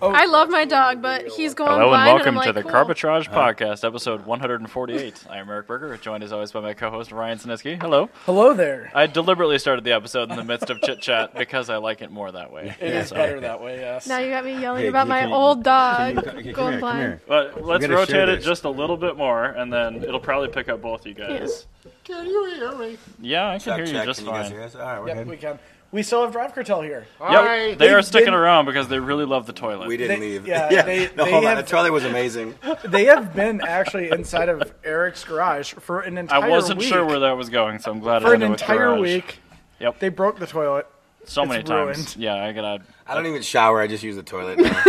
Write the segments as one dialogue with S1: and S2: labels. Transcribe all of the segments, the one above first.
S1: oh.
S2: I love my dog, but he's going
S3: Hello and
S2: blind.
S3: welcome
S2: I'm like,
S3: to the
S2: cool.
S3: Carbitrage Podcast, episode 148. I am Eric Berger, joined as always by my co-host Ryan Sineski. Hello.
S1: Hello there.
S3: I deliberately started the episode in the midst of chit chat because I like it more that way.
S1: It is better that way, yes.
S2: Now you got me yelling
S4: Hey,
S2: about
S4: you
S2: my
S4: can-
S2: old dog
S4: Come here,
S2: going
S4: come
S2: blind.
S4: here.
S3: But let's
S4: gotta share
S3: rotate it
S4: this.
S3: just a little bit more, and then it'll probably pick up both you guys.
S5: Can you hear me?
S3: Yeah, I can
S4: Check,
S3: hear you
S4: check.
S3: just
S4: Can you guys
S3: fine.
S4: hear us? All right, we're
S1: Yep,
S4: good.
S1: we can. We still have Drive Cartel here.
S3: Yep,
S5: Alright.
S3: they are
S1: They've
S3: sticking
S1: been-
S3: around because they really love the toilet.
S4: We didn't
S1: They-
S4: leave.
S1: yeah, they-
S4: no,
S1: they
S4: hold on.
S1: have-
S4: The toilet was amazing.
S1: They have been actually inside of Eric's garage for an entire
S3: I wasn't
S1: week.
S3: sure where that was going, so I'm glad
S1: for
S3: I
S1: an
S3: ended with
S1: entire
S3: garage.
S1: week.
S3: Yep.
S1: They broke the toilet.
S3: so
S1: it's
S3: many times.
S1: ruined.
S3: Yeah, I gotta.
S4: I don't even shower. I just use the toilet. now.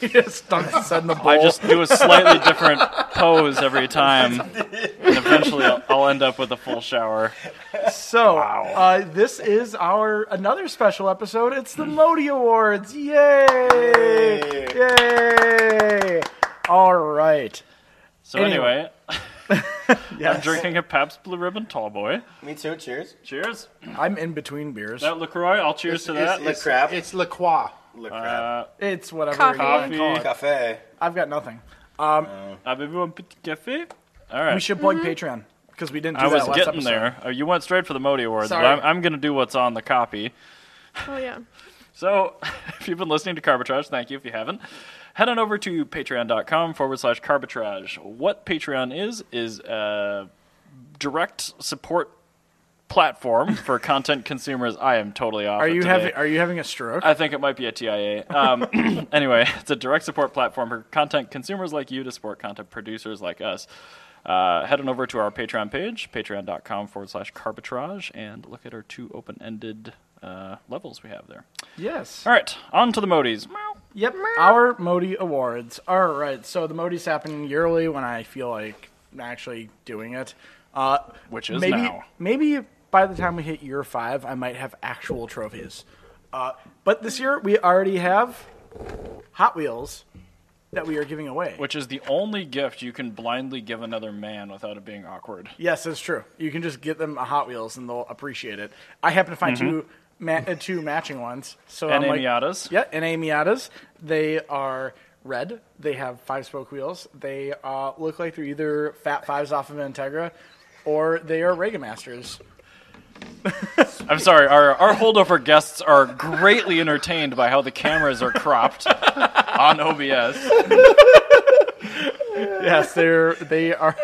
S1: He just dunks it in the bowl.
S3: I just do a slightly different pose every time, and eventually I'll, I'll end up with a full shower.
S1: so uh, this is our another special episode. It's the Modi Awards. Yay! Yay! All right.
S3: So
S1: Anyway.
S3: anyway, I'm
S1: Yes.
S3: drinking a Pabst Blue Ribbon Tall Boy.
S4: Me too. Cheers.
S3: Cheers.
S1: I'm in between beers.
S3: That Lacroix. I'll cheers to that.
S4: Le crap.
S5: It's La Croix.
S4: Le crap.
S3: Uh,
S1: It's whatever
S2: Coffee.
S1: you want to call
S3: Coffee.
S1: it.
S4: Cafe.
S1: I've got nothing.
S3: Avez-vous un petit café? All
S1: We
S3: right.
S1: should plug Patreon because we didn't do
S3: I
S1: that
S3: was
S1: last
S3: getting
S1: episode.
S3: there. Oh, you went straight for the Modi Awards,
S1: Sorry.
S3: but I'm, I'm going to do what's on the copy.
S2: Oh yeah.
S3: So, if you've been listening to Carbitrage, thank you. If you haven't, head on over to patreon.com forward slash Carbitrage. What Patreon is, is a direct support platform for content consumers. I am totally off.
S1: Are
S3: it
S1: you
S3: today. Uh,
S1: having Are you having a stroke?
S3: I think it might be a TIA. Um, anyway, it's a direct support platform for content consumers like you to support content producers like us. Uh, head on over to our Patreon page, patreon.com forward slash carbitrage, and look at our two open ended uh, levels we have there.
S1: yes.
S3: All right, on to the Modis. Meow.
S1: Yep. Our Modi Awards. All right. So the Modi's happen yearly when I feel like actually doing it. Uh,
S3: Which is
S1: maybe
S3: now.
S1: maybe by the time we hit year five, I might have actual trophies. Uh, but this year we already have Hot Wheels that we are giving away.
S3: Which is the only gift you can blindly give another man without it being awkward.
S1: Yes, that's true. You can just get them a Hot Wheels and they'll appreciate it. I happen to find two ma- uh, two matching ones. So
S3: Mm-hmm. And uh,
S1: I'm like,
S3: Amiatas.
S1: Yeah, and a Miatas. They are red. They have five spoke wheels. They uh, look like they're either Fat Fives off of Integra or they are Rega Masters.
S3: I'm sorry, our, our holdover guests are greatly entertained by how the cameras are cropped on OBS.
S1: Yes, they're they are.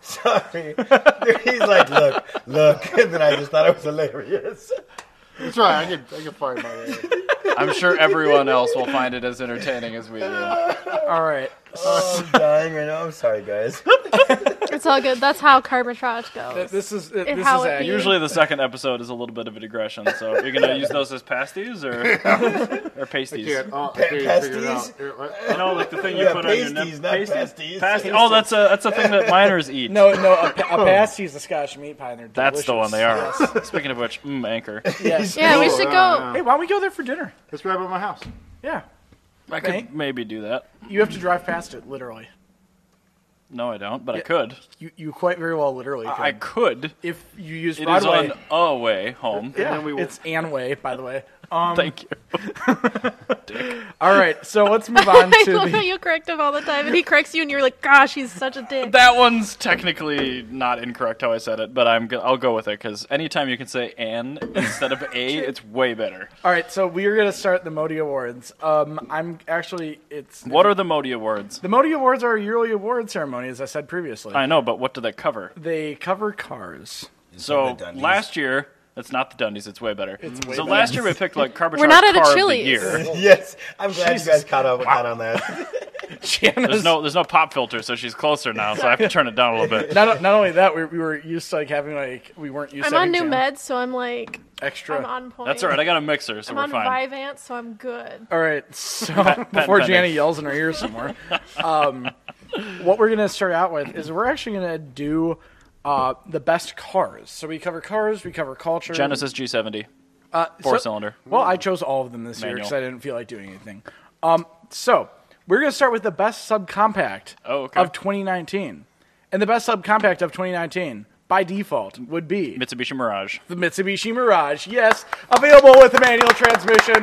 S4: Sorry. He's like, look, look, and then I just thought it was hilarious.
S5: That's right. I can, I can find my way.
S3: I'm sure everyone else will find it as entertaining as we do.
S1: All right.
S4: Oh, I'm dying right now. I'm sorry, guys.
S2: It's all good. That's how carbitrage goes.
S1: This is uh, this is
S2: how it
S1: accurate.
S2: be.
S3: Usually, the second episode is a little bit of a digression, so you're gonna use those as pasties or or pasties.
S5: Dude, oh, dude, you figured it out.
S4: pasties?
S5: Here, what?
S3: No, like the thing you
S4: Yeah,
S3: put on your
S4: pasties,
S3: nip-
S4: not pasties.
S3: Pasties. Oh, that's a that's a thing that miners eat.
S1: No, no, a, a pasty is a Scotch meat pie. And they're
S3: that's the one
S1: delicious.
S3: they are. Speaking of which, mm, anchor.
S1: Yes.
S2: Yeah, we should
S5: Oh,
S2: go.
S1: Hey, why don't we go there for dinner?
S5: It's right by my house.
S1: Yeah,
S3: I
S1: Okay.
S3: could maybe do that.
S1: you have to drive past it literally.
S3: No, I don't, but I could.
S1: You, you quite very well literally could.
S3: I could.
S1: if you use
S3: It is
S1: Broadway,
S3: on a way home.
S1: yeah, it's Anway, by the way. Um,
S3: Thank you.
S1: all right, so let's move on
S2: I
S1: to
S2: love how
S1: the.
S2: you correct him all the time, and he corrects you, and you're like, "Gosh, he's such a dick."
S3: That one's technically not incorrect how I said it, but I'm go- I'll go with it because anytime you can say "an" instead of "a," it's way better.
S1: All right, so we are going to start the Modi Awards. Um, I'm actually it's
S3: What are the Modi Awards?
S1: the Modi Awards are a yearly award ceremony, as I said previously.
S3: I know, but what do they cover?
S1: they cover cars.
S3: So
S4: the Dundies.
S3: last year, it's not the Dundies. It's way better.
S1: way
S3: so
S1: better.
S3: last year we picked like Carbitrage
S2: We're not at a
S3: car of the
S2: Chili's.
S3: year.
S4: yes, I'm glad you guys caught up caught on that.
S1: Janice,
S3: There's no there's no pop filter, so she's closer now. So I have to turn it down a little bit.
S1: not, not only that, we, we were used to like having like we weren't used.
S2: I'm
S1: to
S2: on new
S1: having Jan-
S2: meds, so I'm like,
S1: Extra.
S2: I'm on point.
S3: That's all right. I got a mixer, so
S2: I'm
S3: we're
S2: on
S3: fine.
S2: Vyvanse, so I'm good.
S1: All right, so before
S3: pending.
S1: Jana yells in her ear some more, um, what we're going to start out with is we're actually going to do uh, the best cars. So we cover cars, we cover culture.
S3: Genesis G70,
S1: uh,
S3: four
S1: so-
S3: cylinder.
S1: Well, I chose all of them this year
S3: Hmm. Manual.
S1: because I didn't feel like doing anything. Um, so we're going to start with the best subcompact
S3: Oh, okay.
S1: of 2019, and the best subcompact of 2019 by default would be
S3: Mitsubishi Mirage.
S1: the Mitsubishi Mirage. Yes, available with a manual transmission.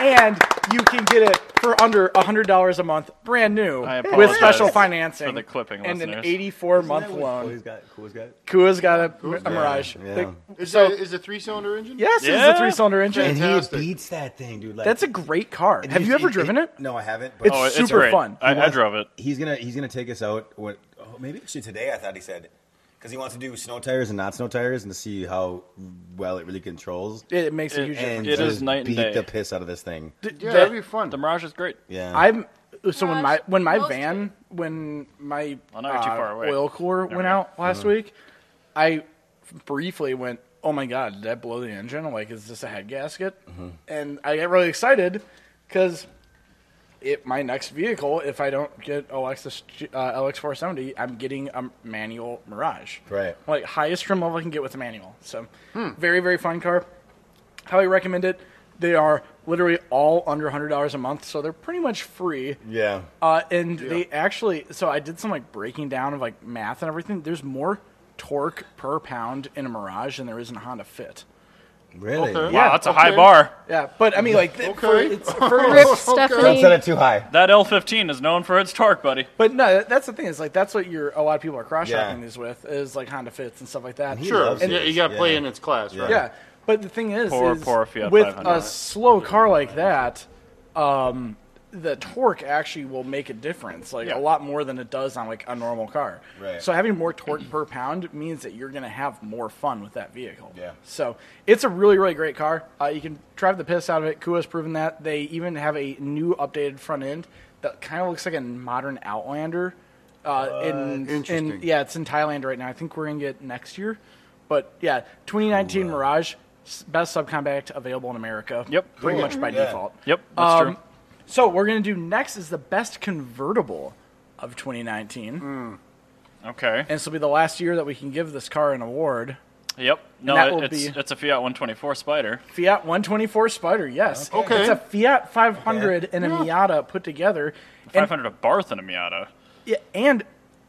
S1: and you can get it for under hundred dollars a month, brand new,
S3: I
S1: with
S3: apologize
S1: special
S3: for
S1: financing
S3: the clipping,
S1: and an
S3: listeners.
S1: eighty-four month
S4: Cool's
S1: loan.
S4: got, Cool's got.
S1: Kua's got a, a Mirage.
S4: Yeah.
S1: The-
S5: Is so, it is a three cylinder engine?
S1: yes,
S3: Yeah.
S1: it's a three-cylinder engine.
S4: And he
S5: Fantastic.
S4: beats that thing, dude. Like,
S1: That's a great car. Have
S4: he's-
S1: you ever
S4: he-
S1: driven
S4: he-
S1: it?
S4: No, I haven't. But
S1: It's
S3: Oh, it's
S1: super
S3: great.
S1: fun.
S3: I, I drove it.
S4: he's gonna he's gonna take us out. What? Oh, maybe actually today. I thought he said because he wants to do snow tires and not snow tires and to see how well it really controls.
S1: It, it makes a huge
S4: And
S1: difference.
S3: It
S4: just
S3: is night and
S4: beat
S3: day.
S4: the piss out of this thing.
S5: Yeah,
S1: The-
S5: that'd be fun.
S3: The Mirage is great.
S4: Yeah,
S1: I'm so when my
S2: Mirage,
S1: when my
S2: mostly.
S1: van when my
S3: Oh, now you're too
S1: uh,
S3: far away. Mm-hmm.
S1: oil core
S3: There
S1: went
S3: we go.
S1: out last week, I briefly went, "Oh my god, did that blow the engine? Like, is this a head gasket?" And I get really excited because it my next vehicle, if I don't get Lexus uh, LX470, I'm getting a manual Mirage,
S4: Right.
S1: Like highest trim level I can get with a manual. So very very fun car highly recommend it. They are literally all under hundred dollars a month, so they're pretty much free.
S4: yeah.
S1: Uh, and they actually, so I did some like breaking down of like math and everything. There's more torque per pound in a Mirage than there is in a Honda Fit.
S4: Really?
S5: okay.
S3: Wow,
S1: Yeah,
S3: that's a
S5: okay.
S3: high bar.
S1: Yeah, but I mean, like, th- for,
S5: Okay.
S1: it's
S4: Oh,
S1: for
S2: Rip
S4: Don't
S2: Stephanie.
S4: set it too high.
S3: That L15 is known for its torque, buddy.
S1: But no, that- that's the thing. Is like that's what you're. A lot of people are cross shopping
S4: Yeah.
S1: these with is like Honda Fits and stuff like that.
S4: he
S5: Sure.
S4: loves
S5: Yeah,
S4: it.
S5: you got to play
S4: Yeah.
S5: in its class, right?
S1: Yeah, but the thing is,
S3: Poor,
S1: is
S3: poor Fiat
S1: with
S3: 500.
S1: a slow car like that, um, the torque actually will make a difference, like
S3: Yeah.
S1: a lot more than it does on like a normal car.
S4: Right.
S1: So having more torque per pound means that you're going to have more fun with that vehicle.
S4: Yeah.
S1: So it's a really, really great car. Uh, you can drive the piss out of it. Kua's proven that. They even have a new updated front end that kind of looks like a modern Outlander. Uh, in,
S5: Interesting.
S1: in yeah, it's in Thailand right now. I think we're gonna get it next year, but yeah, 2019 Mirage, s- best subcompact available in America.
S3: Yep.
S1: pretty
S4: Cool.
S1: much by
S4: Yeah.
S1: default.
S3: Yep, that's
S1: Um,
S3: true.
S1: So what we're gonna do next is the best convertible
S3: Mm.
S1: of 2019,
S3: Okay.
S1: and this will be the last year that we can give this car an award.
S3: Yep. No,
S1: that will
S3: it, it's,
S1: be-
S3: it's a Fiat 124 Spider.
S1: Fiat 124 Spider, yes.
S5: Okay.
S1: It's a Fiat 500 and a Miata put together. And,
S3: 500 a Barth and a Miata.
S1: yeah, and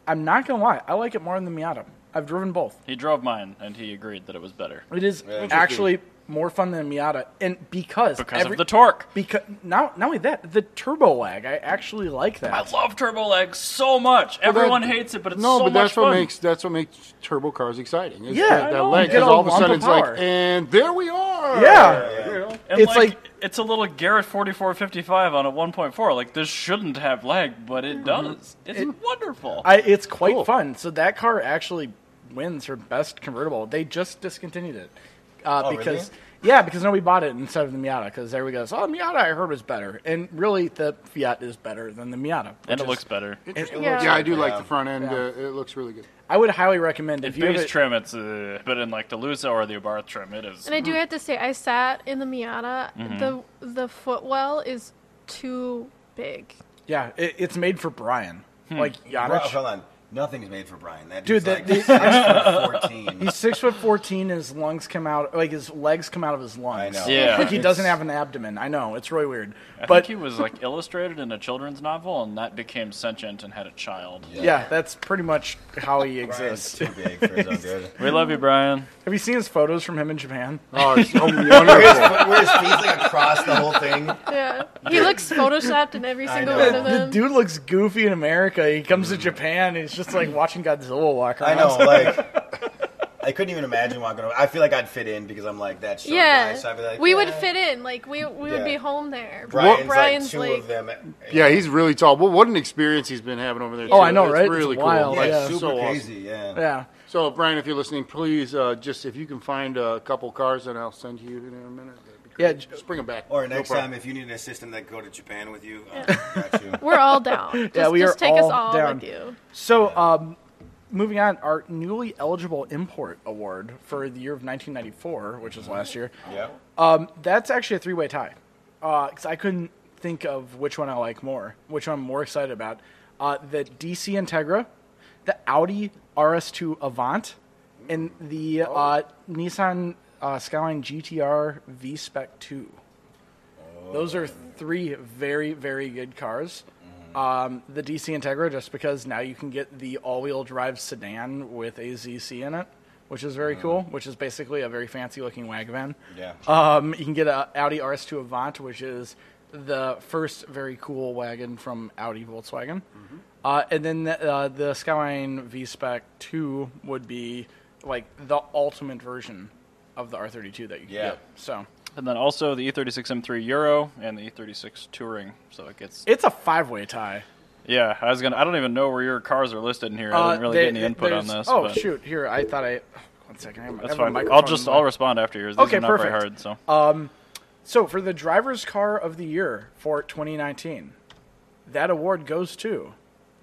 S1: I'm not going to lie, I like it more than the Miata. I've driven both.
S3: He drove mine, and he agreed that it was better
S1: It is actually more fun than a Miata. And because,
S3: because
S1: every-
S3: of the torque.
S1: Because not not only that, the turbo lag. I actually like
S3: I
S1: that.
S3: love turbo lag so much. Everyone hates it, but it's
S5: No,
S3: so
S5: but
S3: much
S5: that's
S3: fun.
S5: what makes that's what makes turbo cars exciting. is
S1: Yeah,
S5: that,
S1: I
S5: that
S1: know.
S5: leg
S1: You get
S5: because
S1: a
S5: all of a
S1: lump
S5: sudden
S1: of
S5: it's like,
S1: power.
S5: and there we are.
S1: Yeah.
S5: You know?
S3: And
S1: It's
S3: like,
S1: like-
S3: it's a little Garrett 4455 on a 1.4. Like this shouldn't have lag, but it does. It's wonderful.
S1: Mm-hmm. I, it's quite
S5: Cool.
S1: fun. So that car actually wins for best convertible. They just discontinued it uh,
S4: Oh,
S1: because
S4: really?
S1: yeah, because nobody bought it instead of the Miata. Because everybody goes, "Oh, Miata, I heard was better," and really the Fiat is better than the Miata.
S3: and
S1: which
S3: it
S1: is-
S3: looks better.
S1: it- it
S2: Yeah.
S1: looks-
S5: Yeah, I do like the front end.
S1: Yeah.
S5: Uh, it looks really good.
S1: I would highly recommend if
S3: In
S1: you have
S3: base
S1: it-
S3: trim, it's uh, but in like the Lusa or the Abarth trim, it is.
S2: And I do have to say, I sat in the Miata.
S3: Mm-hmm.
S2: The the footwell is too big.
S1: yeah, it, it's made for Brian, like
S4: Bro,
S1: Yannick.
S4: hold on. Nothing's made for Brian. That
S1: Dude,
S4: dude's
S1: that-
S4: like six foot fourteen.
S1: He's six foot fourteen. and His lungs come out like his legs come out of his lungs.
S4: I know.
S3: Yeah.
S1: Like he doesn't have an abdomen. I know it's really weird,
S3: I
S1: but
S3: think he was like illustrated in a children's novel, and that became sentient and had a child.
S1: yeah, that's pretty much how he
S4: Brian's
S1: exists.
S4: too big for his own good.
S3: We love you, Brian.
S1: Have you seen his photos from him in Japan?
S5: Oh, it's so wonderful.
S4: But where his feet like across the whole thing.
S2: Yeah, he looks photoshopped in every
S4: I
S2: single
S4: know.
S2: one of
S1: The
S2: them.
S1: dude looks goofy in America. He comes to Japan and he's just like watching Godzilla walk
S4: I
S1: around.
S4: know, like I couldn't even imagine walking over. I feel like I'd fit in because I'm like that short
S2: yeah,
S4: guy, so I'd be like,
S2: we would
S4: "Yeah."
S2: fit in. Like we we
S4: Yeah.
S2: would be home there.
S4: Brian's, like,
S2: Brian's
S4: two
S2: like,
S4: of them. eh,
S5: yeah, he's really tall. Well, what an experience he's been having over there.
S1: Oh,
S5: too.
S1: I know,
S5: It's
S1: right? It's
S5: Really cool.
S1: wild,
S4: yeah,
S5: Like,
S1: yeah.
S4: super
S5: so awesome.
S4: crazy. Yeah.
S1: Yeah.
S5: So, Brian, if you're listening, please uh, just if you can find a couple cars, and I'll send you in a minute. That'd be great.
S1: Yeah, j-
S5: just bring them back.
S4: Or
S5: No
S4: next
S5: problem.
S4: time, if you need an assistant that go to Japan with you, uh, got you.
S2: we're all down. Just,
S1: we
S2: just
S1: are
S2: take
S1: all
S2: us all
S1: down.
S2: with you.
S1: So, um, moving on, our newly eligible import award for the year of 1994, which was last year,
S4: Yeah.
S1: um, that's actually a three-way tie. Because I couldn't think of which one I like more, which one I'm more excited about. Uh, the DC Integra, the Audi RS2 Avant, and the uh, Nissan uh, Skyline GTR V Spec 2. Those are three very, very good cars. Um, the DC Integra, just because now you can get the all wheel drive sedan with a ZC in it, which is very cool, which is basically a very fancy looking wagon van.
S4: Yeah.
S1: Um, you can get a Audi RS2 Avant, which is the first very cool wagon from Audi Volkswagen.
S3: Mm-hmm.
S1: Uh, and then the, uh, the Skyline V Spec 2 would be like the ultimate version of the R32 that you can
S4: Yeah.
S1: get. So
S3: And then also the E E36 M3 Euro and the E36 Touring. So it gets.
S1: it's a five way tie.
S3: Yeah, I was gonna. I don't even know where your cars are listed in here. I didn't
S1: Uh,
S3: really
S1: they-
S3: get any input on
S1: there's-
S3: this.
S1: Oh
S3: but
S1: shoot! Here, I thought I. One second. I have- I
S3: That's
S1: have a
S3: fine. I'll
S1: microphone
S3: just
S1: in my-
S3: I'll respond after yours. These
S1: Okay,
S3: are not very hard.
S1: perfect. Uh,
S3: So
S1: So for the driver's car of the year for 2019, that award goes to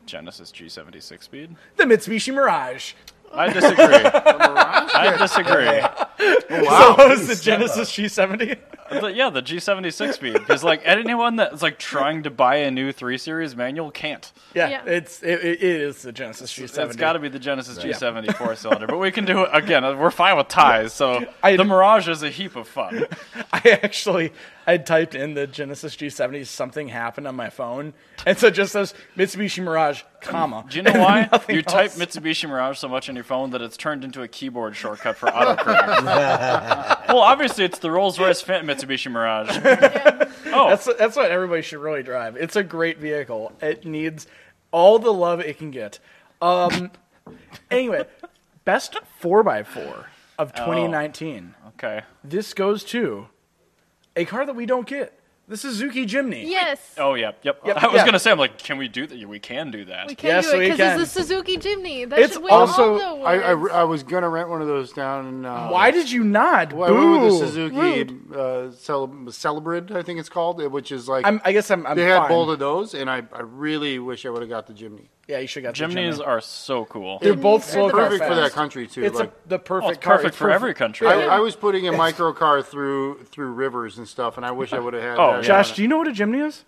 S3: Genesis G76 Speed.
S1: the Mitsubishi Mirage.
S3: I disagree. I disagree.
S4: Oh,
S1: Wow, so is the Genesis G70?
S3: But yeah, the G76 Speed because like anyone that's like trying to buy a new three series manual can't.
S1: Yeah,
S2: Yeah.
S1: it's it, it is the Genesis G70.
S3: It's got to be the Genesis G70 four cylinder. But we can do it again. We're fine with ties. So
S1: I-
S3: the Mirage is a heap of fun.
S1: I actually I typed in the Genesis G70. Something happened on my phone, and so it just says Mitsubishi Mirage, comma.
S3: Do you know why?
S1: Nothing
S3: You type
S1: else.
S3: Mitsubishi Mirage so much on your phone that it's turned into a keyboard shortcut for autocorrect. well, obviously it's the Rolls Royce Phantom Mitsubishi Mirage. Oh,
S1: That's that's what everybody should really drive. It's a great vehicle. It needs all the love it can get. Um, anyway, best four x four of 2019.
S3: Oh, okay.
S1: This goes to a car that we don't get. The Suzuki Jimny.
S2: Yes.
S3: Oh yeah, yep.
S1: Yep,
S3: I was
S1: yeah.
S3: gonna say, I'm like, can we do that? We can do that.
S2: We can
S1: Yes,
S2: do
S1: we
S2: it because
S1: can.
S2: it's the Suzuki Jimny. That
S1: It's
S2: should win
S1: also-
S2: all the awards.
S5: I, I, I was gonna rent one of those down in. Uh,
S1: Why did you not?
S5: Well, I
S1: Boo.
S5: went with the Suzuki uh, Cel- Celebrid, I think it's called, uh, which is like
S1: I'm, I guess I'm. I'm
S5: they had
S1: fine.
S5: both of those, and I, I really wish I would have got the Jimny.
S1: Yeah, you should got the
S3: Jimneys
S1: Jimny.
S3: are so cool.
S1: They're both
S2: Jimny's
S1: slow
S2: are the
S1: car
S5: Perfect for that
S1: fast.
S5: country too.
S1: It's
S5: like
S1: a, the perfect
S3: Well, Oh, it's
S1: car.
S3: perfect
S1: It's
S3: for every country.
S5: I, I was putting a micro car through through rivers and stuff, and I wish I would have had.
S3: Oh,
S5: that.
S1: Josh, do you know what a Jimny is?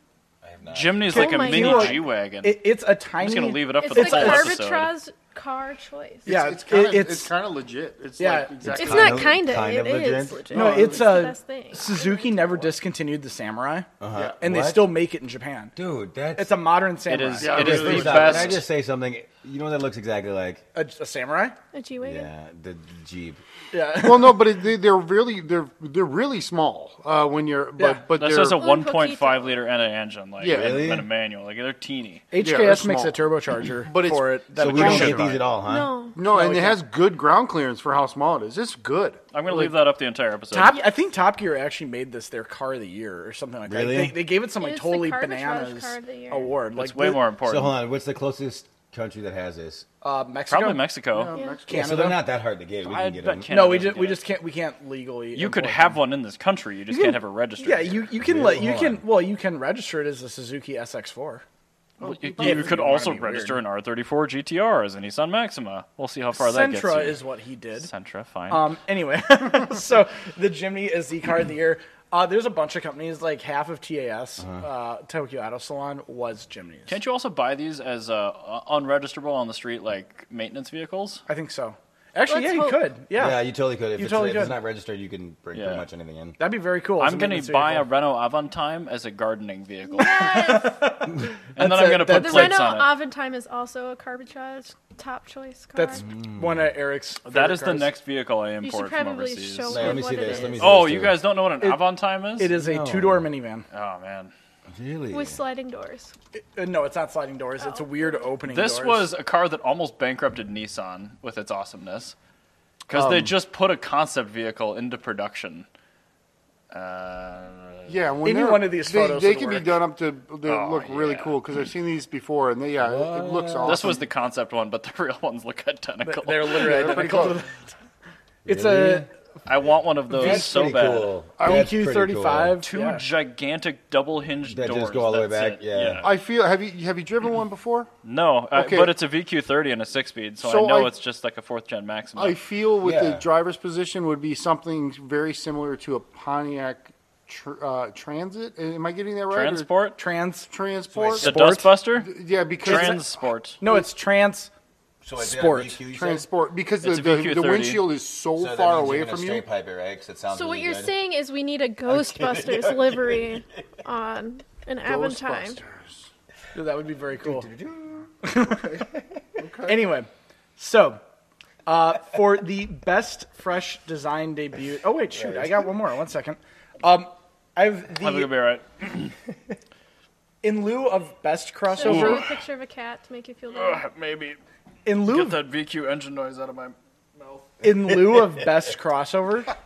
S3: Jimneys
S2: Oh
S3: like a
S2: my
S3: mini
S2: God.
S3: G wagon.
S1: It, it's a tiny.
S3: I'm just gonna leave it up
S2: it's
S3: for
S2: like
S3: the full episode.
S2: arbitrage car choice.
S1: Yeah,
S5: it's kind of
S1: it-
S5: it's,
S1: it's-
S5: kind of legit. It's
S1: Yeah,
S5: like exactly.
S2: It's
S4: Kind
S2: not
S4: of-
S2: kind of.
S4: kind
S2: It
S4: of
S2: is
S4: legit.
S2: legit.
S1: No, it's
S2: the
S1: a
S2: best thing.
S1: Suzuki never discontinued the Samurai,
S5: Yeah.
S1: and they
S4: Uh, What?
S1: still make it in Japan.
S4: Dude, that's
S1: It's a modern Samurai.
S3: is-
S5: Yeah,
S3: it is
S5: really
S3: the
S5: that-
S4: Can I
S3: best.
S4: just say something? You know that looks exactly like
S1: a, a Samurai.
S2: A G wagon.
S4: yeah, the Jeep.
S1: Yeah.
S5: well, no, but it, they, they're really they're they're really small uh, when you're. But
S1: Yeah.
S5: but
S3: This
S5: they're,
S3: is a
S2: poquito.
S3: 1.5 liter NA engine, like
S5: Yeah.
S3: and-
S4: Really?
S3: and a manual. Like they're teeny.
S1: HKS
S5: they're
S1: makes a
S5: small.
S1: turbocharger
S5: But it's-
S1: for it.
S4: So
S1: that
S4: we don't
S1: appreciate
S4: get these at all, huh?
S2: No.
S5: no, and
S1: we
S5: it
S1: can't.
S5: has good ground clearance for how small it is. It's good.
S3: I'm gonna leave that up the entire episode.
S1: Top, I think Top Gear actually made this their car of the year or something like
S4: Really?
S1: that. They, they gave it some like
S2: It's the
S1: totally
S2: Carbitrage
S1: bananas
S2: Car of the Year.
S1: award.
S3: It's
S1: Like
S3: way
S1: the-
S3: more important.
S4: So hold on, what's the closest country that has this?
S1: Uh, Mexico,
S3: Probably Mexico.
S2: Yeah.
S4: Yeah,
S1: Canada.
S4: so they're not that hard to get. We
S3: I
S4: can get
S3: bet
S4: them.
S3: Canada
S1: no, we
S3: doesn't
S1: just we
S3: get it.
S1: just can't we can't legally.
S3: You could
S1: import
S3: have
S1: them.
S3: one in this country. You just
S1: can-
S3: can't have it registered.
S1: Yeah, you you can let you
S4: Hold
S1: can
S4: on.
S1: well you can register it as a Suzuki SX4.
S3: Well, you,
S1: if
S3: you
S1: you
S3: could
S1: wanna
S3: also
S1: be weird.
S3: register an R34 GTR as a Nissan Maxima. We'll see how far that gets.
S1: Sentra
S3: you.
S1: is what he did.
S3: Sentra, fine.
S1: Um, anyway, so the Jimny is the car of the year. Uh, there's a bunch of companies like half of TAS, uh Tokyo Auto Salon was Jimny's.
S3: Can't you also buy these as uh, uh, unregisterable on the street, like maintenance vehicles?
S1: I think so. Actually,
S2: Let's
S1: yeah,
S2: hope-
S1: you could. Yeah.
S4: Yeah, you totally could. If,
S1: You
S4: it's,
S1: totally
S4: if it's
S1: could.
S4: not registered, you can bring
S3: Yeah.
S4: pretty much anything in.
S1: that'd be very cool. as
S3: I'm
S1: a
S3: going
S1: maintenance
S3: to buy a
S1: vehicle.
S3: Renault Avantime as a gardening vehicle,
S2: Yes.
S3: and then I'm
S1: That's a-
S3: going to put
S2: the
S1: that's-
S3: plates
S2: Renault
S3: on it.
S2: Aventime is also a Carbitrage top choice car.
S1: That's one of Eric's.
S3: Hmm. That
S1: favorite
S3: is the
S1: cars.
S3: next vehicle I
S2: you
S3: import
S2: should
S3: from
S2: probably
S3: overseas.
S2: show
S4: Let
S2: him
S4: me
S2: what
S4: see
S2: it
S4: this,
S2: is.
S4: let me see.
S3: Oh,
S4: Those
S3: you
S4: two.
S3: guys don't know what an Avantime is?
S1: It is a
S4: No.
S1: two-door minivan.
S3: Oh man,
S4: Really?
S2: With sliding doors.
S1: Uh, no, it's not sliding doors. It's a weird opening.
S3: this
S1: doors.
S3: was a car that almost bankrupted Nissan with its awesomeness because
S4: Um,
S3: they just put a concept vehicle into production. Uh,
S5: Yeah, when
S1: Any
S5: they're-
S1: one of these
S5: they,
S1: photos
S5: they
S1: would
S5: can
S1: work.
S5: be done up to they
S3: Oh,
S5: look really
S3: yeah.
S5: cool because I've seen these before, and they yeah, it, it looks awesome.
S3: This was the concept one, but the real ones look identical.
S1: They're literally
S5: they're pretty
S1: identical. to
S5: close.
S1: that. It's
S4: Really?
S1: a
S3: I want one of those
S4: That's
S3: so
S4: pretty
S3: bad.
S4: cool. That's pretty
S1: BQ35.
S4: cool.
S3: Two
S1: yeah.
S3: gigantic double hinged
S4: That
S3: doors.
S4: just go all the way
S3: That's
S4: back?
S3: it.
S4: Yeah.
S5: I feel have you have you driven one before?
S3: No, I-
S5: Okay.
S3: but it's a VQ30 and a six speed, so,
S5: So
S3: I know
S5: I-
S3: it's just like a fourth gen Maxima.
S5: I feel with the
S4: Yeah.
S5: driver's position would be something very similar to a Pontiac tr- uh, Transit. Am I getting that right? Or
S3: Transport?
S1: trans.
S5: transport.
S3: The
S1: Sport?
S3: Dustbuster?
S5: yeah, because
S3: Transport.
S1: No, it's trans.
S4: So it's
S1: Sport.
S4: VQ, E you said?
S5: transport because the,
S3: It's a
S5: the, the
S3: VQ30.
S5: windshield is so,
S4: So that
S5: far
S4: means
S5: away
S4: you're gonna
S5: from you.
S4: straight Pipe it, right? 'Cause it sounds
S2: So what
S4: really
S2: you're
S4: good.
S2: saying is we need a Ghostbusters livery on an Aventime.
S5: Ghostbusters.
S1: That would be very cool. Anyway, so uh, for the best fresh design debut. Oh wait, shoot, I got one more. One second. Um, I've
S3: I think it'll be
S1: the
S3: all right.
S1: in lieu of best
S2: Should I
S1: crossover.
S2: show you a picture of a cat to make you feel better?
S3: Maybe
S1: In
S3: get
S1: lieu of,
S3: that VQ engine noise out of my mouth.
S1: in lieu of best crossover,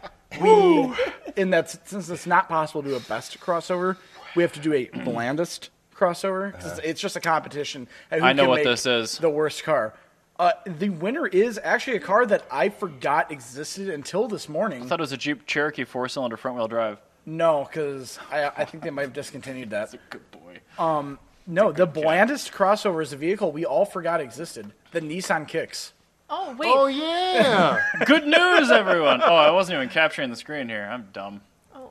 S1: we in that since it's not possible to do a best crossover, we have to do a blandest crossover. 'cause it's- It's just a competition. at who
S3: I know
S1: can
S3: what
S1: make
S3: this is.
S1: The worst car. Uh, the winner is actually a car that I forgot existed until this morning.
S3: I thought it was a Jeep Cherokee four-cylinder front-wheel drive.
S1: No, because I, I think they might have discontinued that. Um,
S3: Good boy.
S1: No, the blandest crossover is a vehicle we all forgot existed. The Nissan Kicks.
S2: Oh wait.
S5: Oh yeah.
S3: Good news, everyone. Oh, I wasn't even capturing the screen here. I'm dumb.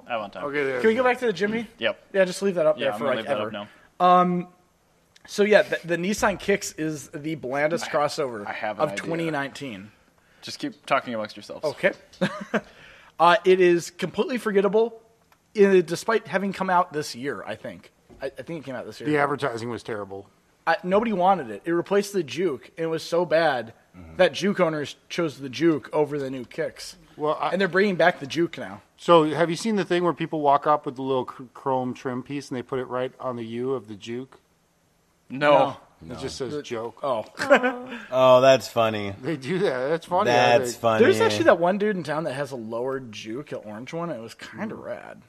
S3: I want time.
S5: okay. There.
S1: Can we go back to the Jimmy?
S3: Yep.
S1: Yeah, just leave that up
S3: Yeah,
S1: there
S3: I'm
S1: for
S3: gonna
S1: like
S3: leave that
S1: ever.
S3: up now.
S1: So yeah, the, the Nissan Kicks is the blandest crossover
S3: I have an
S1: of
S3: idea.
S1: 2019.
S3: Just keep talking amongst yourselves.
S1: Okay. uh, it is completely forgettable, i- despite having come out this year. I think. I, I think it came out this year.
S5: The advertising was terrible.
S1: I, nobody wanted it. It replaced the Juke, and it was so bad
S3: Mm-hmm.
S1: that Juke owners chose the Juke over the new Kicks.
S5: Well, I-
S1: and they're bringing back the Juke now.
S5: So, have you seen the thing where people walk up with the little cr- chrome trim piece and they put it right on the U of the juke?
S3: No.
S5: It just says joke.
S1: Oh,
S4: Oh, that's funny.
S5: They do that. That's funny. how
S4: That's
S5: they-
S4: funny.
S1: there's actually that one dude in town that has a lowered Juke, an orange one. and It was kind
S3: Mm.
S1: of rad.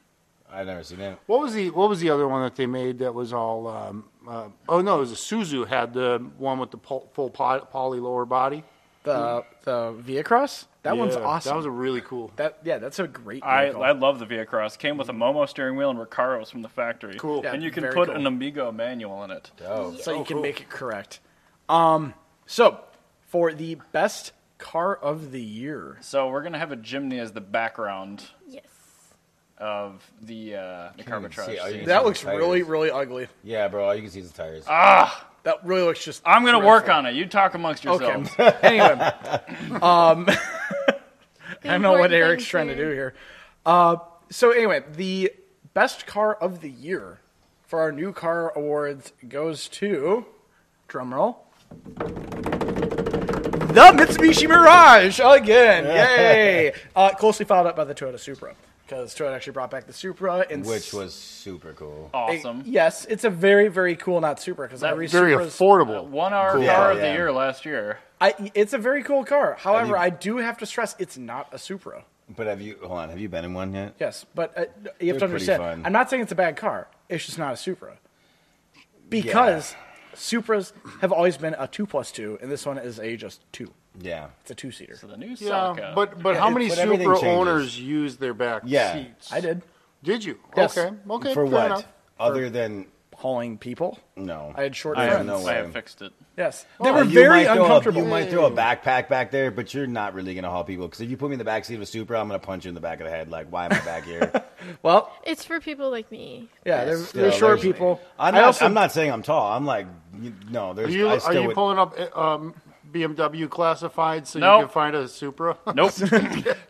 S4: I've never seen it.
S5: What was the What was the other one that they made that was all? Um, uh, oh no, it was a Suzu had the one with the pol- full poly, poly lower body.
S1: The the Via Cross. That one's
S5: Yeah,
S1: awesome.
S5: That was a really cool.
S1: That yeah, that's a great.
S3: I,
S1: vehicle.
S3: I love the Via Cross. Came with a Momo steering wheel and Recaros from the factory.
S5: Cool. Yeah,
S3: and you can
S1: very
S3: put
S1: cool.
S3: an Amigo manual in it.
S4: Oh,
S1: so you can
S5: cool.
S1: make it correct. Um, so for the best car of the year,
S3: So we're gonna have a Jimny as the background
S2: Yes.
S3: of the uh, the
S4: Can't even see.
S3: Carbitrage.
S4: Are you-
S3: scene.
S1: that
S4: Some
S1: looks
S4: tires.
S1: really really ugly.
S4: yeah, bro. All you can see is the tires.
S1: That really looks just.
S3: I'm gonna
S1: dreadful.
S3: work on it. You talk amongst yourselves.
S1: Okay. anyway, I
S2: I
S1: don't know what Eric's trying to do here. Uh, so anyway, the best car of the year for our new car awards goes to drumroll. The Mitsubishi Mirage again, yay! Uh, closely followed up by the Toyota Supra because Toyota actually brought back the Supra, and
S4: which was super cool.
S3: Awesome.
S1: yes, it's a very very cool not Supra because every
S5: Very
S1: Supra's-
S5: affordable.
S3: uh, One hour
S5: Cool.
S3: car
S4: Yeah,
S3: of the
S4: yeah.
S3: year last year.
S1: I, it's a very cool car. However, I do have to stress it's not a Supra.
S4: But have you? Hold on. Have you been in one yet?
S1: Yes, but uh, you have to
S4: They're pretty
S1: understand.
S4: fun.
S1: I'm not saying it's a bad car. It's just not a Supra. Because Supras have always been a two plus two, and this one is a just two.
S4: Yeah.
S1: It's a two seater.
S3: So the new
S5: Yeah,
S3: Celica.
S5: but but how
S4: It's-
S5: many
S4: but everything
S5: Supra
S4: changes.
S5: owners use their back
S4: Yeah.
S5: seats?
S1: I did
S5: Did you?
S1: Yes.
S5: Okay. Okay.
S4: For
S5: fair
S4: what?
S5: enough.
S4: Other than
S1: hauling people.
S4: no.
S1: I had short
S4: I have
S1: friends.
S4: no
S3: I
S4: way.
S3: have fixed it.
S1: Yes, they
S4: Oh,
S1: were
S4: you
S1: very
S4: might throw a-
S1: uncomfortable.
S4: you might throw a backpack back there, but you're not really gonna haul people. Because if you put me in the back seat of a Supra, I'm gonna punch you in the back of the head. Like, why am I back here?
S1: well,
S2: It's for people like me.
S1: yeah, they're,
S4: Still,
S1: they're short
S4: there's-
S1: people.
S4: I'm
S1: I
S4: not,
S1: also-
S4: I'm not saying I'm tall. I'm like, you- no.
S5: Are
S4: There's.
S5: you
S4: I
S5: are
S4: still
S5: you
S4: would-
S5: pulling up uh, um, BMW classified so
S3: Nope.
S5: you can find a Supra?
S3: Nope.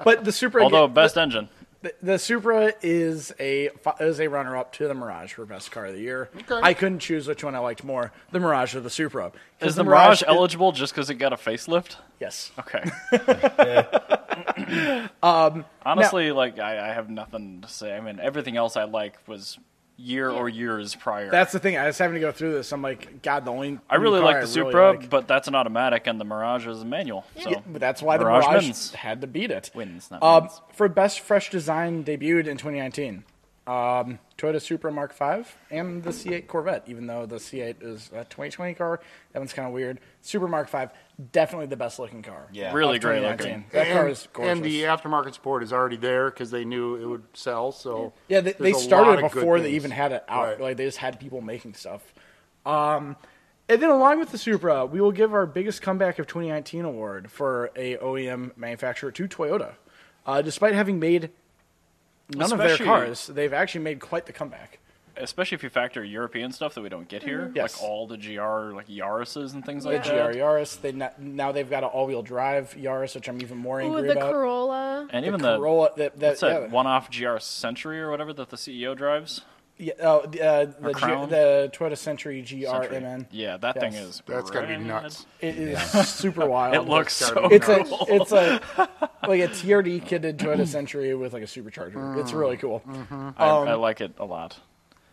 S1: But the Supra,
S3: Although best engine.
S1: the, the Supra is a fi- is a runner up to the Mirage for best car of the year.
S5: Okay.
S1: I couldn't choose which one I liked more, the Mirage or the Supra. 'Cause
S3: Is the Mirage
S1: is-
S3: eligible just because it got a facelift?
S1: Yes.
S3: Okay. Honestly, like I, I have nothing to say. I mean, everything else I like was year or years prior.
S1: That's the thing. I was having to go through this. I'm like, God, the only
S3: I really
S1: car
S3: like the
S1: really
S3: Supra,
S1: like-
S3: but that's an automatic, and the Mirage is a manual. So
S1: Yeah, but that's why the
S3: Mirage
S1: Mirage,
S3: wins.
S1: had to beat it.
S3: Wins, not
S1: Um,
S3: wins.
S1: for best fresh design debuted in 2019, um, Toyota Supra Mark V and the C8 Corvette. Even though the C8 is a 2020 car, that one's kind of weird. Supra Mark V, definitely the best looking car.
S4: Yeah.
S3: really
S1: of
S3: great
S1: 2019.
S3: looking.
S1: That car
S5: And-
S1: is gorgeous.
S5: And the aftermarket support is already there because they knew it would sell. So
S1: Yeah, they, they
S5: there's a
S1: started
S5: lot
S1: it
S5: of good
S1: before they
S5: things.
S1: even had it out.
S5: Right.
S1: Like they just had people making stuff. Um, and then along with the Supra, we will give our biggest comeback of 2019 award for a OEM manufacturer to Toyota. Uh, despite having made none of their
S3: Especially-
S1: cars, they've actually made quite the comeback.
S3: especially if you factor European stuff that we don't get here,
S1: Mhm. Yes.
S3: like all the GR like Yaris's and things
S1: The
S3: like
S1: GR
S3: that,
S1: Yaris, they na- now they've got an all-wheel drive Yaris, which I'm even more
S2: Ooh,
S1: angry
S2: the
S1: about.
S2: Corolla.
S3: and even the
S1: Corolla, that, that,
S3: what's that
S1: yeah.
S3: one-off GR Century or whatever that the CEO E drives.
S1: Yeah, oh, the, uh, the, G-
S3: Crown?
S1: the Toyota Century
S3: Century.
S1: GRMN.
S3: Yeah, that thing
S1: Yes.
S3: is.
S5: That's gotta be
S3: rad.
S5: nuts.
S1: It is super wild.
S3: It looks
S5: gotta
S3: so.
S5: be
S1: It's
S3: cool.
S1: a it's a like a TRD kitted Toyota Century with like a supercharger. It's
S5: Hmm.
S1: really cool.
S5: Mm-hmm.
S3: I,
S1: um,
S3: I like it a lot.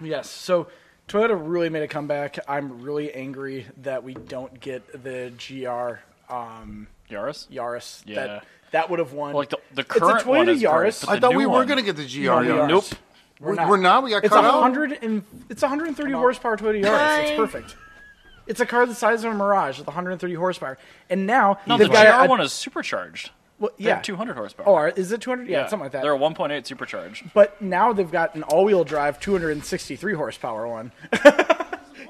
S1: Yes. So Toyota really made a comeback. I'm really angry that we don't get the GR um,
S3: Yaris.
S1: Yaris.
S3: Yeah.
S1: That that would have won.
S3: Like the- the
S1: it's
S3: current
S1: a Toyota
S3: one is
S1: Yaris.
S3: great, but
S5: I
S3: the
S5: thought
S3: new
S5: we were
S3: one-
S5: going to get the E GR.
S1: we
S5: Yaris.
S1: are.
S3: Nope.
S5: We're, we're not. We got
S1: It's
S5: cut
S1: a
S5: out.
S1: hundred and it's a 130 horsepower Toyota Yaris. It's
S2: Bye.
S1: perfect. It's a car the size of a Mirage with 130 horsepower, and now
S3: No, the
S1: they've
S3: GR
S1: got a,
S3: one is supercharged.
S1: well,
S3: They have
S1: yeah
S3: 200 horsepower.
S1: Oh, are- is it 200? Yeah, something like that.
S3: They're a 1.8 supercharged.
S1: But now they've got an all-wheel drive 263 horsepower one.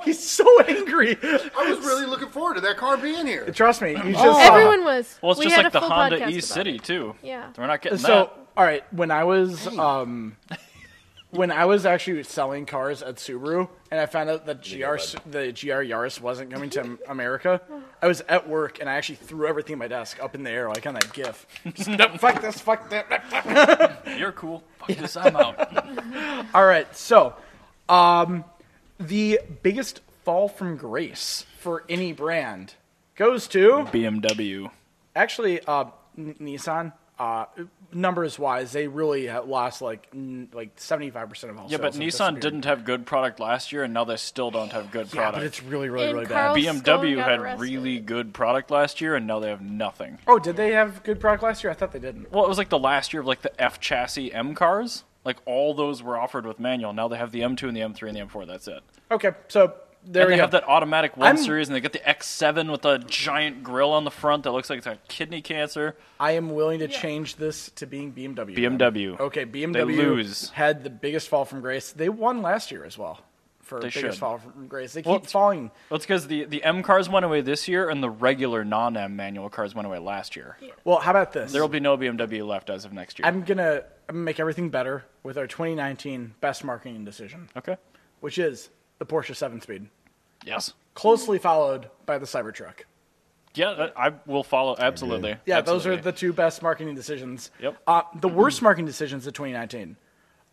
S1: He's so angry.
S5: I was really looking forward to that car being here.
S1: Trust me. You just saw it.
S2: Everyone was.
S3: Well, it's
S2: we
S3: just
S2: had a
S3: like the
S2: full
S3: Honda
S2: podcast
S3: E
S2: about
S3: City too.
S2: Yeah.
S3: we're not getting
S1: So,
S3: that.
S1: all right, when I was um, when I was actually selling cars at Subaru, and I found out that GR Su- the GR Yaris wasn't coming to America, I was at work and I actually threw everything at my desk up in the air like on that GIF. Just, "Nope, fuck this, fuck that.
S3: You're cool. Fuck this, I'm out.
S1: All right, so um, the biggest fall from grace for any brand goes to
S3: BMW.
S1: actually uh, N- Nissan. Uh, numbers wise, they really have lost like n- like seventy five percent of all.
S3: Yeah,
S1: sales
S3: but
S1: have
S3: Nissan
S1: disappeared.
S3: didn't have good product last year, and now they still don't have good
S1: Yeah,
S3: product.
S1: but it's really really
S2: And
S1: really
S2: Carl-
S1: bad.
S2: Skull
S3: BMW
S2: got
S3: had
S2: arrested.
S3: really good product last year, and now they have nothing.
S1: Oh, did they have good product last year? I thought they didn't.
S3: Well, it was like the last year of like the F chassis M cars. Like all those were offered with manual. Now they have the M2 and the M3 and the M4. That's it.
S1: Okay, so there
S3: and
S1: we
S3: they
S1: go.
S3: have that automatic one
S1: I'm-
S3: series, and they got the X7 with a giant grill on the front that looks like it's got kidney cancer.
S1: I am willing to change this to being BMW. then.
S3: BMW.
S1: Okay, BMW
S3: lose.
S1: had the biggest fall from grace. They won last year as well for
S3: They
S1: biggest
S3: should.
S1: fall from grace. They
S3: Well,
S1: keep falling.
S3: Well, it's because the, the M cars went away this year, and the regular non M manual cars went away last year.
S1: Well, how about this?
S3: There will be no BMW left as of next year.
S1: I'm gonna I'm gonna make everything better with our 2019 best marketing decision,
S3: okay.
S1: which is the Porsche 7-speed,
S3: Yes.
S1: closely followed by the Cybertruck.
S3: Yeah, that- I will follow. Absolutely.
S1: Yeah, those are
S3: Absolutely.
S1: the two best marketing decisions.
S3: Yep.
S1: Uh, the worst marketing decisions of 2019.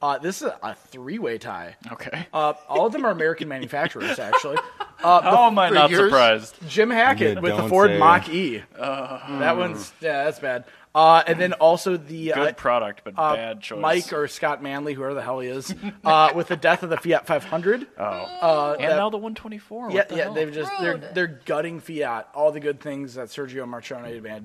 S1: Uh, this is a three-way tie.
S3: Okay.
S1: Uh, all of them are American manufacturers, actually.
S3: How am I not
S5: figures-
S3: surprised?
S1: Jim Hackett
S4: Yeah,
S1: with the
S4: don't
S1: Ford
S4: say.
S1: Mach E. that one's yeah, that's bad. Uh, and then also the
S3: Hmm. Good
S1: uh,
S3: product, but
S1: uh,
S3: bad choice.
S1: Mike or Scott Manley, whoever the hell he is, uh, with the death of the Fiat 500.
S3: and now the 124. What
S1: yeah,
S3: the
S1: yeah,
S3: hell?
S1: they've just they're
S2: Rude.
S1: they're gutting Fiat, all the good things that Sergio Marchionne made,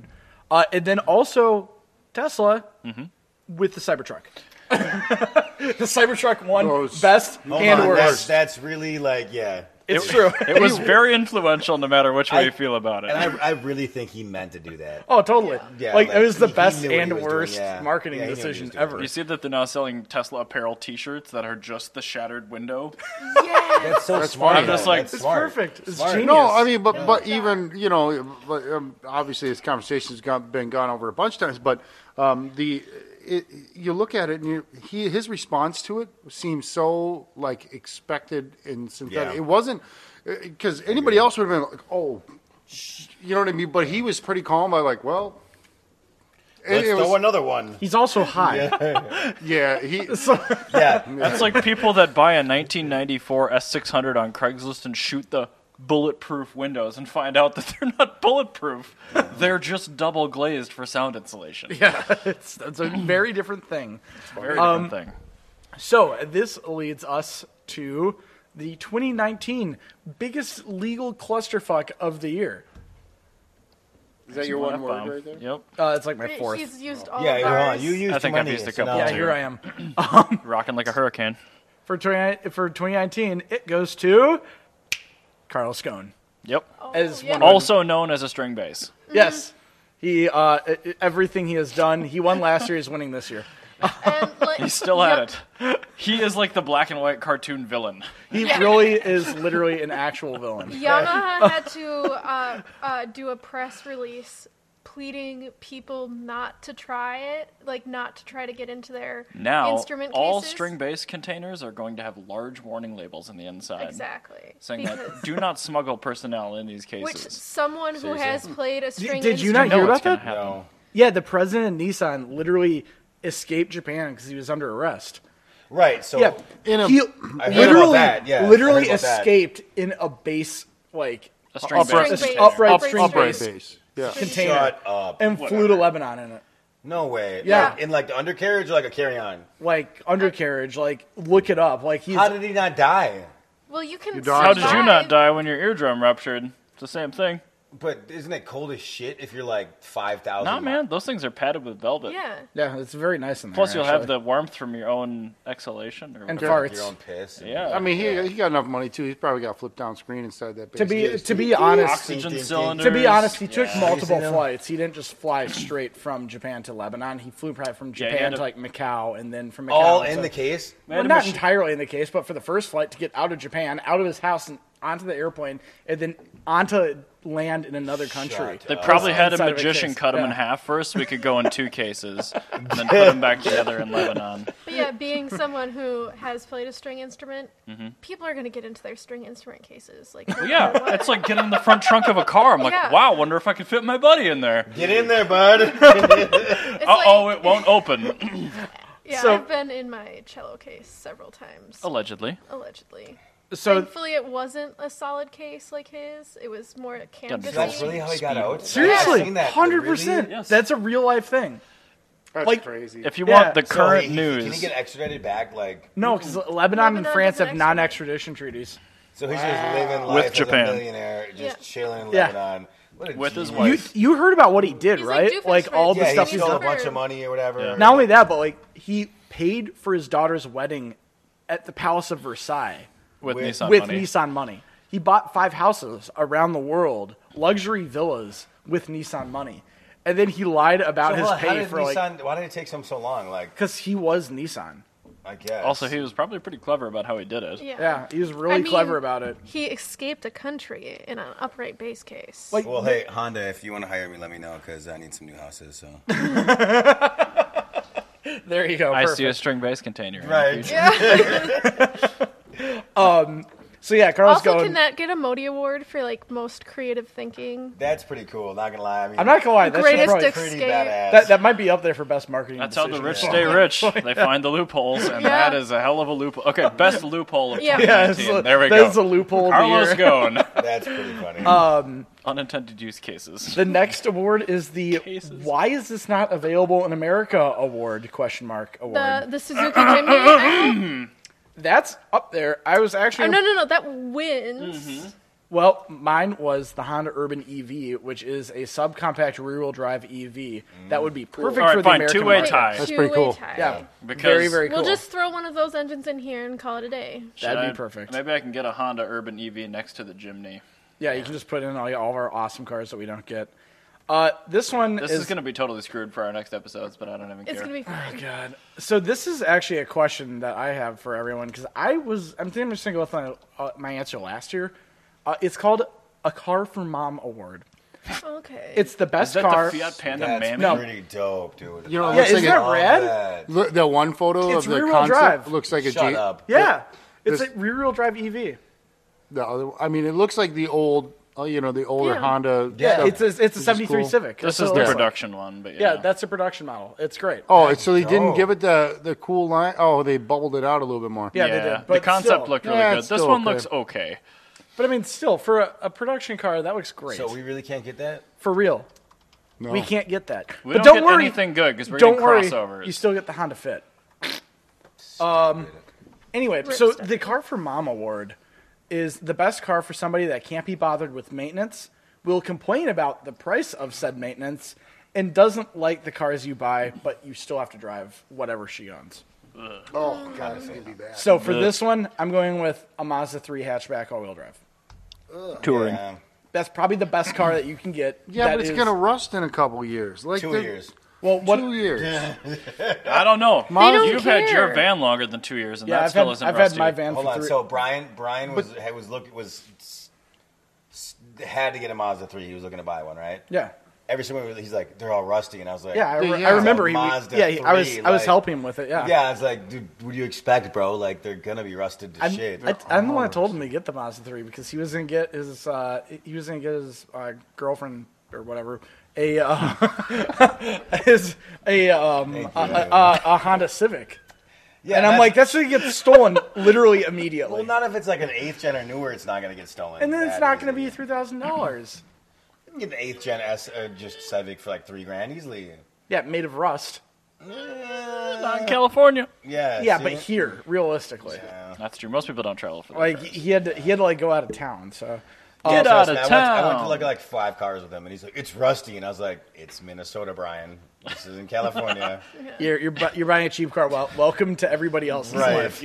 S1: uh, and then also Tesla
S3: Mm-hmm.
S1: with the Cybertruck. the Cybertruck won
S5: Those-
S1: best
S4: Hold
S1: and
S4: on, oh That's,
S1: worst.
S4: that's really like yeah.
S1: It's true.
S3: It was very influential, no matter which way
S4: I-
S3: you feel about it.
S4: And I, I really think he meant to do that.
S1: Oh, totally.
S4: Yeah,
S1: like, it
S4: like,
S1: was the
S4: he- he
S1: best
S4: knew what he
S1: and
S4: was doing,
S1: worst
S4: yeah.
S1: marketing
S4: Yeah, he knew what he
S1: decision
S4: was doing.
S1: ever.
S3: you see that they're now selling Tesla apparel T-shirts that are just the shattered window.
S2: it.
S1: Oh,
S2: Yeah.
S4: That's so smart.
S3: I'm just
S4: though.
S3: like,
S4: That's
S1: it's
S4: smart.
S1: perfect. It's
S4: Smart.
S1: genius.
S5: No, I mean, but but even you know, but, um, obviously this conversation's gone, been gone over a bunch of times. But um, the it, you look at it and you, he his response to it seems so like expected and synthetic.
S4: Yeah.
S5: It wasn't because anybody else would have been like, oh, sh- you know what I mean. But he was pretty calm. by like, well,
S4: Let's
S5: it, it
S4: throw
S5: was,
S4: another one.
S1: He's also high.
S5: yeah, he.
S4: Yeah.
S3: That's like people that buy a 1994 S600 on Craigslist and shoot the bulletproof windows and find out that they're not bulletproof. They're just double glazed for sound insulation.
S1: Yeah, it's, it's a very different thing.
S3: Very
S1: Um,
S3: different thing.
S1: So this leads us to the 2019 biggest legal clusterfuck of the year.
S5: Is that your one word right there?
S3: Yep.
S1: Uh, it's like my
S2: She-
S1: fourth.
S2: She's used
S5: Oh,
S2: all
S4: Yeah,
S2: of
S4: you're on.
S2: ours.
S4: You used
S3: I think
S4: too
S3: I've
S4: many,
S3: used a
S4: so
S3: couple
S4: now-
S1: yeah,
S3: too.
S1: here I am.
S3: Rocking like a hurricane.
S1: For 20, for 2019, it goes to Carl Scone.
S3: Yep.
S1: As
S2: yeah.
S1: one of-
S3: Also known as a string bass.
S1: Yes. He uh, e- e- everything he has done, he won last year. He's winning this year.
S2: And, like,
S3: He's still at it. He is like the black and white cartoon villain.
S1: He really is literally an actual villain.
S2: Yamaha had to uh, uh, do a press release pleading people not to try it, like not to try to get into their
S3: Now,
S2: instrument
S3: all
S2: cases.
S3: string bass containers are going to have large warning labels on the inside.
S2: Exactly.
S3: Saying
S2: Because-
S3: that do not smuggle personnel in these cases.
S2: which someone who has played a string
S1: did you not
S2: instrument-
S1: hear
S3: No, it's
S1: about
S3: gonna
S1: that?
S3: happen.
S4: No.
S1: Yeah, the president of Nissan literally escaped Japan because he was under arrest.
S4: Right. So
S1: yeah,
S5: In a-
S1: he
S4: I heard about
S1: literally,
S4: that, yeah. I
S1: literally
S4: heard about that.
S1: escaped in a base like
S3: A string
S1: upright,
S3: base.
S1: a
S2: String
S1: upright
S2: base.
S1: string
S5: upright
S2: Upright
S1: base
S5: base. Yeah.
S1: container
S4: Shut up.
S1: and flew to Lebanon in it.
S4: no way.
S1: Yeah.
S4: Like, in like the undercarriage or like a carry on.
S1: Like undercarriage, like look it up. Like he's
S4: How did he not die?
S2: Well, you can.
S5: You dodged
S3: How did you
S2: survive-
S3: not die when your eardrum ruptured? It's the same thing.
S4: But isn't it cold as shit if you're like five thousand?
S3: Nah, man, those things are padded with velvet.
S2: Yeah.
S1: yeah, it's very nice in there.
S3: Plus, you'll have
S1: actually.
S3: the warmth from your own exhalation. Or
S1: And
S3: whatever.
S1: farts.
S4: Your own piss. and-
S3: Yeah.
S5: I mean, he, he got enough money too. He's probably got a flip down screen inside that. Base
S1: to be
S5: case.
S1: to be honest,
S4: Ding, ding,
S3: Oxygen
S4: ding.
S3: cylinder.
S1: to be honest, he took
S4: Yeah.
S1: multiple
S4: You see them?
S1: flights. He didn't just fly straight from Japan to Lebanon. He flew probably from
S3: Yeah, he
S1: Japan
S3: had
S1: to
S3: to-
S1: like Macau, and then from Macau
S4: All in
S1: to-
S4: the case.
S1: Well,
S3: had a
S1: not
S3: machi-
S1: entirely in the case, but for the first flight to get out of Japan, out of his house, and onto the airplane, and then onto land in another country.
S4: Shut
S3: They
S4: up.
S3: probably
S1: Oh,
S3: had a
S1: inside of a
S3: magician
S1: case.
S3: cut him in
S1: Yeah.
S3: half first. we could go in two cases and then put them back together in Lebanon.
S2: But yeah, being someone who has played a string instrument, people are going to get into their string instrument cases. Like, no
S3: Mm-hmm. Yeah,
S2: matter what.
S3: it's like getting in the front trunk of a car. I'm like,
S2: Yeah.
S3: wow, wonder if I can fit my buddy in there.
S4: Get in there, bud.
S2: It's
S3: Uh oh,
S2: like-
S3: it won't open.
S2: Yeah,
S1: So-
S2: I've been in my cello case several times,
S3: Allegedly.
S2: allegedly.
S1: So
S2: Thankfully, it wasn't a solid case like his. It was more a canvas.
S4: That's really how he got out.
S1: seriously,
S4: I've seen that.
S1: hundred
S4: Really?
S1: percent.
S3: Yes.
S1: That's a real life thing.
S5: That's
S1: like-
S5: crazy.
S3: If you
S1: Yeah,
S3: want the
S1: so
S3: current
S4: Wait, he-
S3: news,
S4: Can he get extradited back? Like,
S1: No, because Lebanon, and
S2: Mm-hmm. Lebanon
S1: France
S2: doesn't
S1: have non-extradition treaties.
S4: so he's just living life
S3: With
S4: as
S3: Japan.
S4: a millionaire, just
S2: Yeah.
S4: chilling in
S1: Yeah.
S4: Lebanon. What a
S3: With his
S4: genius.
S1: You
S3: wife.
S1: you heard about what he did,
S2: He's like
S1: right?
S2: doofenshmirtz.
S1: like all the
S4: Yeah,
S1: stuff
S4: he
S1: he's
S4: stole a
S1: done.
S2: over-
S4: bunch of money or whatever.
S3: Yeah.
S1: Not only that, but like he paid for his daughter's wedding at the Palace of Versailles.
S3: with,
S4: with-
S3: Nissan
S1: with
S3: money.
S1: Nissan money. He bought five houses around the world, luxury villas with Nissan money, and then he lied about
S4: So
S1: his
S4: hold on, how
S1: pay
S4: did
S1: for like
S4: Nissan, why did it take him so long? Like,
S1: because he was Nissan.
S4: I guess.
S3: Also, he was probably pretty clever about how he did it.
S2: Yeah.
S1: Yeah, he was really
S2: I mean,
S1: clever about it.
S2: He escaped a country in an upright base case.
S1: Like,
S4: Well, hey Honda, if you want to hire me, let me know because I need some new houses. So.
S1: there you go.
S3: I
S1: perfect.
S3: see a string base container. in the
S4: Right.
S3: future.
S1: So yeah, Carl's
S2: also,
S1: going.
S2: can that get a Modi Award for like most creative thinking?
S4: That's pretty cool. Not gonna lie. I mean,
S1: I'm not gonna lie. That, should
S2: Greatest
S1: probably,
S2: ex-
S4: pretty
S2: Escape.
S4: badass.
S1: that that might be up there for best marketing.
S3: That's how the
S1: decision.
S3: rich
S1: Yeah.
S3: stay rich. They find the loopholes, and
S2: Yeah.
S3: that is a hell of a loophole. Okay, best loophole of
S2: Yeah.
S3: 2019.
S1: Yeah,
S3: there we go.
S1: that's the loophole of the
S3: Carlos
S1: year.
S3: Ghosn.
S4: That's pretty funny.
S1: Uh,
S3: Unintended use cases.
S1: The next award is the
S3: Cases.
S1: "Why is this not available in America?" award question mark award.
S2: The the Suzuki Jimny. Act?
S1: That's up there. I was
S2: oh,
S1: actually
S2: no, no, no. That wins.
S1: Well, mine was the Honda Urban EV, which is a subcompact rear-wheel drive EV. That would be perfect
S3: All right,
S1: for the
S3: fine,
S1: American
S3: two-way
S1: market.
S3: tie.
S5: That's pretty
S2: Two-way
S5: cool.
S2: tie.
S1: Yeah,
S3: Because-
S1: very very cool.
S2: We'll just throw one of those engines in here and call it a day.
S1: That'd
S3: Should
S1: be
S3: I-
S1: perfect.
S3: Maybe I can get a Honda Urban EV next to the Jimny.
S1: yeah, you can just put in all, all of our awesome cars that we don't get. Uh, this one
S3: This
S1: is,
S3: is, going to be totally screwed for our next episodes, but I don't even
S2: It's
S3: care.
S2: gonna be fun.
S1: God. So this is actually a question that I have for everyone because I was I'm thinking I'm just gonna go with my, uh, my answer last year. Uh, it's called a Car for Mom Award.
S2: Okay.
S1: It's the best
S3: is that
S1: car.
S3: the Fiat Panda
S4: That's
S3: Mammy?
S1: No.
S4: pretty dope, dude.
S5: You know,
S4: I
S5: Yeah,
S4: love
S5: isn't that
S1: rad?
S4: that.
S5: Look, that one photo
S1: It's
S5: of the
S1: rear-wheel
S5: concept
S1: drive.
S5: looks like a
S4: Shut
S5: Jeep.
S4: up.
S1: yeah, it's
S5: This-
S1: a rear-wheel drive E EV.
S5: The other, I mean, it looks like the old, uh, you know, the older
S2: Yeah.
S5: Honda.
S1: Yeah,
S5: stuff.
S1: it's a, it's a
S5: is
S1: 73
S5: cool.
S1: Civic.
S3: This
S1: That's
S3: is
S1: what it
S3: the
S1: looks like.
S3: production one, but
S1: Yeah,
S3: yeah.
S1: that's the production model. It's great.
S5: oh, it's, so they
S4: Oh.
S5: didn't give it the the cool line. Oh, they bubbled it out a little bit more.
S1: Yeah. they did,
S3: the
S1: but
S3: concept
S1: still.
S3: looked really
S5: Yeah,
S3: good.
S5: it's
S3: This
S5: still
S3: one
S5: okay.
S3: looks okay.
S1: But I mean, still for a, a production car, that looks great.
S4: So we really can't get that.
S1: for real,
S5: No.
S1: we can't get that.
S3: We
S1: but
S3: don't,
S1: don't,
S3: get
S1: worry,
S3: anything good because we're
S1: don't
S3: getting
S1: worry,
S3: crossovers.
S1: you still get the Honda Fit.
S4: Um,
S1: Anyway,
S2: Rip
S1: so
S2: stuff.
S1: the Car for Mom award is the best car for somebody that can't be bothered with maintenance, will complain about the price of said maintenance, and doesn't like the cars you buy, but you still have to drive whatever she owns.
S5: Oh god, it's gonna be bad.
S1: So for this one, I'm going with a Mazda 3 hatchback all-wheel drive.
S3: touring.
S1: That's probably the best car that you can get.
S5: Yeah,
S1: that
S5: but it's
S1: is-
S5: gonna rust in a couple years. Like
S4: two
S5: the-
S4: years.
S1: Well, what,
S5: Two years.
S3: I don't know.
S2: don't
S3: You've had your
S2: care.
S3: van longer than two years, and
S1: Yeah,
S3: that
S1: I've
S3: still
S1: had,
S3: isn't
S1: I've
S3: rusty.
S1: had my van
S4: Hold
S1: for
S4: on.
S1: three.
S4: So Brian, Brian was had- was look was s- s- had to get a Mazda three. He was looking to buy one, right?
S1: yeah,
S4: Every single one, he's like, they're all rusty, and I was like,
S1: yeah, I,
S5: Dude,
S1: re-
S5: yeah.
S1: I remember he.
S4: Mazda
S1: yeah, he- I was
S4: 3,
S1: I was
S4: like-
S1: helping him with it. Yeah,
S4: yeah. I was like, dude, what do you expect, bro? Like, they're gonna be rusted to
S1: I'm,
S4: shit.
S1: I, I'm the one that told him to get the Mazda three because he was gonna get his uh, he was gonna get his uh, girlfriend or whatever a uh, his a um
S4: Thank
S1: a, um,
S4: you.
S1: a, a, a Honda Civic.
S4: Yeah,
S1: and I'm
S4: that's-
S1: like, that's going to get stolen literally immediately.
S4: Well, not if it's like an eighth gen or newer, it's not going to get stolen.
S1: and then it's
S4: That
S1: not going to
S4: easily.
S1: be three thousand dollars.
S4: You can get the eighth gen S uh, just Civic for like three grand easily.
S1: Yeah, made of rust.
S3: Not in Uh, California.
S4: Yeah.
S1: Yeah,
S4: see?
S1: but here, realistically,
S4: Yeah.
S3: That's true. Most people don't travel for that.
S1: like he had to, he had to like go out of town. So
S3: Get
S4: Trust
S3: out of
S4: me, I went- I went to
S3: town.
S4: look at like five cars with him, and he's like, "It's rusty," and I was like, "It's Minnesota, Brian. This is in California,
S1: you're you're, bu- you're buying a cheap car. Well, welcome to everybody else's
S4: right?"
S1: life.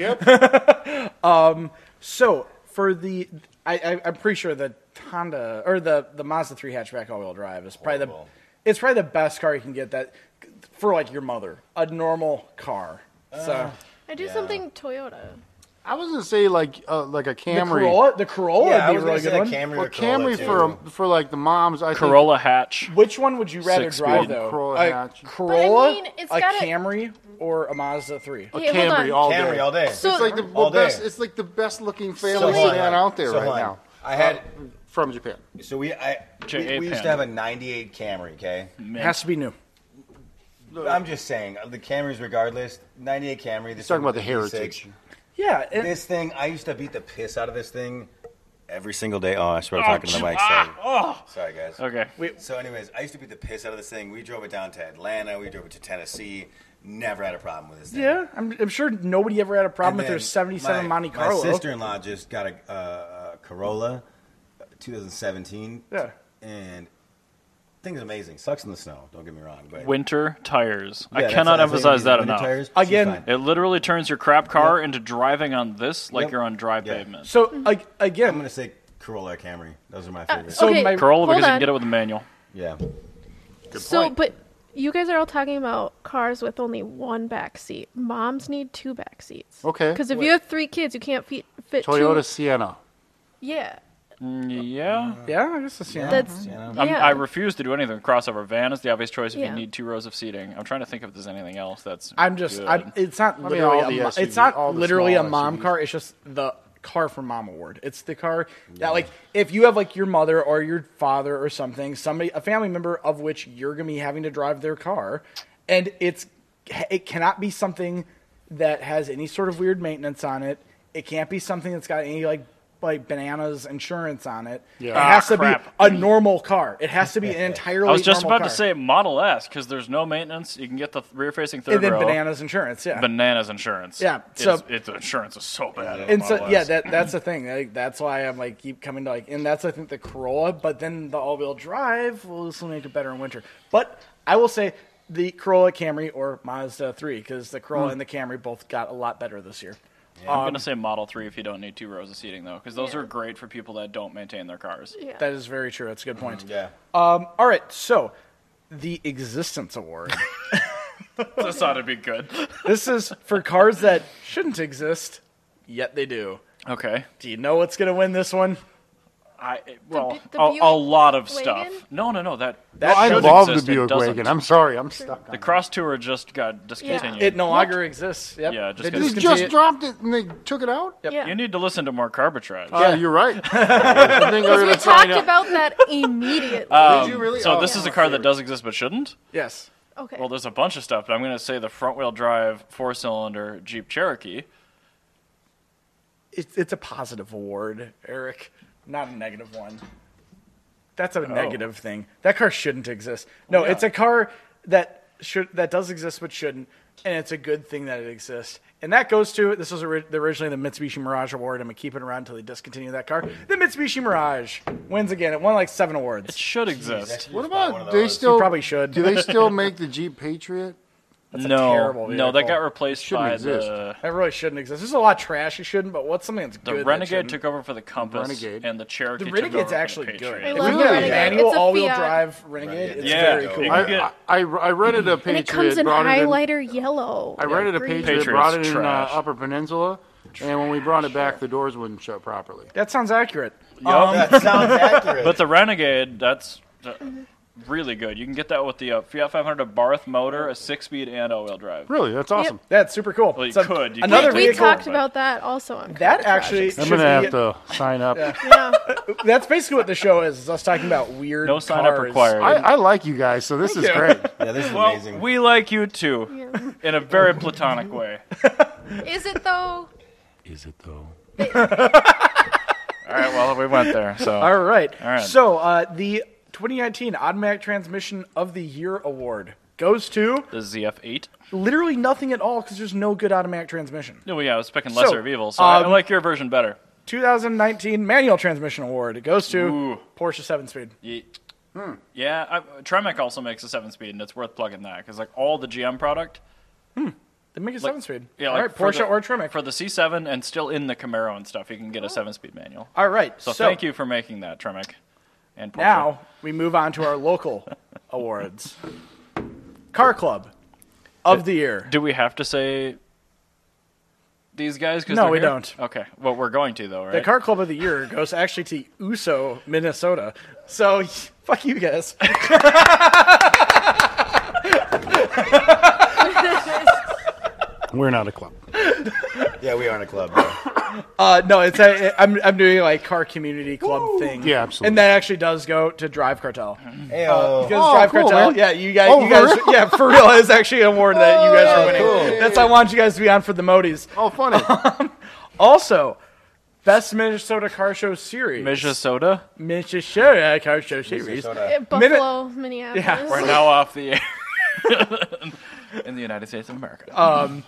S1: So for the, I, I I'm pretty sure the Honda or the the Mazda three hatchback all wheel drive is probably
S4: Horrible.
S1: the it's probably the best car you can get that for like your mother a normal car.
S4: Uh,
S1: So
S2: I do something Toyota.
S5: I was gonna say like uh, like a
S1: the
S5: Camry.
S1: Corolla, the Corolla
S4: Yeah, I
S1: would be
S4: was
S1: a
S4: gonna
S1: really
S4: say
S1: good one.
S4: a Camry
S5: Well,
S4: or Corolla,
S5: Camry
S4: too.
S5: for um, for like the moms. I think
S3: Corolla hatch.
S1: Which one would you rather
S3: Six
S1: drive
S3: speed.
S1: though?
S5: Corolla
S1: a
S5: hatch. But I
S1: Corolla,
S2: mean, it's
S1: a
S2: gotta-
S1: Camry, or a Mazda three?
S5: a
S2: Okay, hold
S5: Camry
S2: on.
S5: all day.
S4: Camry all day.
S2: So-
S5: It's like the
S4: All day.
S5: best. It's like the best looking family
S4: hold on.
S5: sedan out there
S4: So
S5: right
S4: hold on.
S5: now.
S4: I had-
S5: from Japan.
S4: So we, I, we,
S3: J.A.
S4: we used
S3: Pan.
S4: to have a '98 Camry. Okay,
S1: It has to be new.
S4: I'm just saying uh, the Camrys, regardless, '98 Camry. This
S5: He's talking
S4: one
S5: about the
S4: was a
S5: heritage.
S4: 56.
S1: Yeah, and-
S4: This thing, I used to beat the piss out of this thing every single day. Oh, I swear, I'm talking to the mic. Sorry, sorry guys.
S3: ah, oh. Okay.
S4: So, anyways, I used to beat the piss out of this thing. We drove it down to Atlanta. We drove it to Tennessee. Never had a problem with this thing.
S1: yeah. I'm, I'm sure nobody ever had a problem
S4: And
S1: with their
S4: then
S1: 77
S4: my-
S1: Monte Carlo.
S4: My sister-in-law just got a, uh, a Corolla, uh, 2017.
S1: Yeah.
S4: And thing's amazing. Sucks in the snow. Don't get me wrong, but
S3: Winter tires.
S4: Yeah,
S3: I
S4: that's-
S3: cannot
S4: that's the
S3: emphasize
S4: thing,
S3: that
S4: winter
S3: enough.
S4: tires, she's
S1: Again,
S4: fine.
S3: It literally turns your crap car into driving on this like
S4: Yep.
S3: you're on dry
S4: Yeah.
S3: pavement.
S1: so ag- again,
S4: I'm gonna say Corolla or Camry. Those are my
S2: Uh,
S4: favorites.
S1: so
S2: okay,
S1: my-
S3: Corolla
S2: hold
S3: because you
S2: on.
S3: can get it with a manual.
S4: yeah.
S2: so,
S1: point.
S2: but you guys are all talking about cars with only one back seat. Moms need two back seats.
S5: Okay.
S2: Because if you have three kids, you can't fit, fit
S5: Toyota
S2: two.
S5: Sienna.
S2: Yeah.
S3: Yeah.
S1: yeah, I guess it's Uh-huh. yeah.
S2: That's
S4: Yeah.
S2: yeah.
S3: I'm, I refuse to do anything. Crossover van is the obvious choice if
S2: Yeah.
S3: you need two rows of seating. I'm trying to think if there's anything else that's.
S1: I'm just,
S3: good.
S1: I'm, it's not
S5: mean,
S1: literally,
S5: all the
S1: a, mo-
S5: SUV
S1: it's not
S5: all the
S1: literally a
S5: small
S1: mom
S5: SUVs.
S1: car. It's just the car for mom award. It's the car that, like, if you have like your mother or your father or something, somebody, a family member of which you're gonna be having to drive their car, and it's, it cannot be something that has any sort of weird maintenance on it. It can't be something that's got any like. Like bananas insurance on it.
S5: Yeah.
S1: It has
S3: Ah,
S1: to
S3: crap.
S1: be a normal car. It has to be an entirely.
S3: I was just
S1: normal
S3: about
S1: car.
S3: to say Model S because there's no maintenance. You can get the rear-facing third
S1: and then
S3: row.
S1: bananas insurance. Yeah,
S3: Bananas insurance.
S1: Yeah,
S3: It's-
S1: so-
S3: it's, the insurance is so bad. on
S1: and
S3: the
S1: so
S3: Model
S1: yeah,
S3: S.
S1: that that's the thing. Like, that's why I'm like keep coming to like, and that's I think the Corolla, but then the all-wheel drive will this will make it better in winter. But I will say the Corolla Camry or Mazda three because the Corolla and the Camry both got a lot better this year.
S3: I'm
S1: um,
S3: gonna say Model Three if you don't need two rows of seating though, because those are great for people that don't maintain their cars.
S2: yeah.
S1: That is very true. That's a good point.
S4: Hmm, Yeah.
S1: Um, all right, so the Existence Award.
S3: this ought to be good.
S1: this is for cars that shouldn't exist, yet they do.
S3: Okay.
S1: Do you know what's going to win this one?
S3: I eh, well,
S2: Bu- the
S3: a, a
S2: Buick
S3: lot of stuff.
S2: wagon?
S3: No, no, no. That
S1: That
S5: Oh, I
S1: should
S3: should
S5: love the
S3: exist, it
S5: Buick
S3: doesn't.
S5: wagon. I'm sorry, I'm stuck. On
S3: the Cross Tour just got discontinued.
S1: It no longer exists. Yep.
S3: Yeah, just
S1: They
S3: got
S5: it. They
S3: You
S5: just
S1: discontinued-
S5: dropped it and they took it out.
S1: Yep.
S2: Yeah.
S3: You need to listen to more Carbitrage.
S5: Yeah, you're right. I think I'm
S2: we
S5: gonna
S2: talked
S5: sign up.
S2: about that immediately.
S5: Did you really?
S3: so
S5: Oh,
S3: this is a car that does exist but shouldn't.
S1: Yes.
S2: okay.
S3: Well, there's a bunch of stuff, but I'm going to say the front-wheel drive four-cylinder Jeep Cherokee.
S1: it's it's a positive award, Eric, not a negative one. That's
S5: Oh.
S1: a negative thing. That car shouldn't exist. No,
S3: yeah.
S1: it's a car that should that does exist but shouldn't, and it's a good thing that it exists. And that goes to this was ori- originally the Mitsubishi Mirage Award. I'm gonna keep it around until they discontinue that car. The Mitsubishi Mirage wins again. It won like seven awards.
S3: Should exist.
S4: one
S5: What about
S4: of
S5: they
S4: those.
S5: still
S1: probably should.
S5: Do they still make the Jeep Patriot?
S3: no,
S1: terrible
S3: no, that
S1: vehicle.
S3: got replaced
S5: Shouldn't
S3: by
S5: exist.
S3: the
S1: That really shouldn't exist. There's a lot of trash. It shouldn't, but what's something that's
S3: the
S1: good? that
S3: Renegade
S1: shouldn't?
S3: took over for the Compass,
S5: Renegade.
S3: and the Cherokee.
S1: the
S3: took over
S1: Renegade's
S3: for the
S1: actually good.
S3: Patriot.
S2: I
S1: If
S2: love
S1: you
S5: the
S1: get
S5: Renegade.
S1: an annual
S2: It's a
S1: all-wheel
S2: Fiat.
S1: drive Renegade, it's
S3: Yeah.
S1: very cool.
S3: You
S5: I,
S3: can get-
S5: I, I rented a Patriot.
S2: and it comes in
S5: brought it
S2: highlighter yellow.
S5: I rented a Patriot,
S3: Patriot's
S5: brought it in uh,
S3: trash.
S5: Upper Peninsula, and when we brought it back, the doors wouldn't shut properly.
S1: That sounds accurate.
S2: Oh,
S4: that sounds accurate.
S3: But uh, the Renegade, that's uh,
S2: Mm-hmm.
S3: really good. You can get that with the uh, Fiat 500 a Barth motor, a six-speed, and all-wheel drive.
S5: Really, that's awesome.
S1: That's super cool.
S3: Well, you
S1: So,
S3: could. You
S1: another
S3: could.
S2: we
S1: vehicle
S2: talked
S3: but-
S2: about that also on
S1: that
S2: Carbitrage.
S1: actually
S5: I'm
S1: should
S5: gonna have
S1: be-
S5: to sign up.
S2: Yeah.
S1: That's basically what the show is: is us talking about weird.
S3: No sign up
S1: cars.
S3: required.
S5: I, I like you guys, so this is great.
S4: yeah, this is
S3: well,
S4: amazing.
S3: we like you too, in a very platonic way.
S2: Is it though?
S3: Is it though? All right. Well, we went there. So
S1: All right.
S3: All right.
S1: So uh, the 2019 Automatic Transmission of the Year award goes to
S3: the ZF8.
S1: literally nothing at all because there's no good automatic transmission.
S3: No, yeah, I was picking Lesser
S1: So,
S3: of Evil. So I- I
S1: um,
S3: like your version better.
S1: 2019 Manual Transmission Award. It goes to
S3: Ooh.
S1: Porsche 7 Speed.
S3: Ye- Yeah, I, Tremec also makes a seven speed, and it's worth plugging that because like all the GM product,
S1: They make a 7 Speed.
S3: yeah,
S1: all
S3: like
S1: right,
S3: for
S1: Porsche
S3: the-
S1: or Oh. Tremec.
S3: for the C7 and still in the Camaro and stuff, you can get a seven speed manual.
S1: all right.
S3: So, thank you for making that Tremec and Porsche.
S1: Now we move on to our local awards. Car Club of the Year.
S3: do we have to say these guys? 'cause
S1: No,
S3: they're
S1: we
S3: here?
S1: don't.
S3: Okay, well we're going to though, right?
S1: The Car Club of the Year goes actually to Uso, Minnesota. So fuck you guys.
S5: We're not a club.
S4: Yeah, we aren't a club. Though.
S1: Uh, no, it's a, I'm I'm doing like car community club thing.
S5: Yeah, absolutely.
S1: And that actually does go to Drive Cartel.
S3: Mm-hmm.
S1: Because
S4: Ayo.
S5: Oh,
S1: Drive
S5: cool,
S1: Cartel,
S5: man.
S1: yeah, you guys,
S5: Oh,
S1: you
S5: for
S1: guys,
S5: real?
S1: yeah, for real, it's actually an award that you guys are winning.
S4: cool.
S1: That's why I want you guys to be on for the Modis.
S5: Oh, funny.
S1: Also, Best Minnesota Car Show Series,
S3: Minnesota.
S1: Minnesota Car Show Series.
S4: Minnesota.
S2: Eh, Buffalo, Minneapolis.
S3: We're now off the air in the United States of America.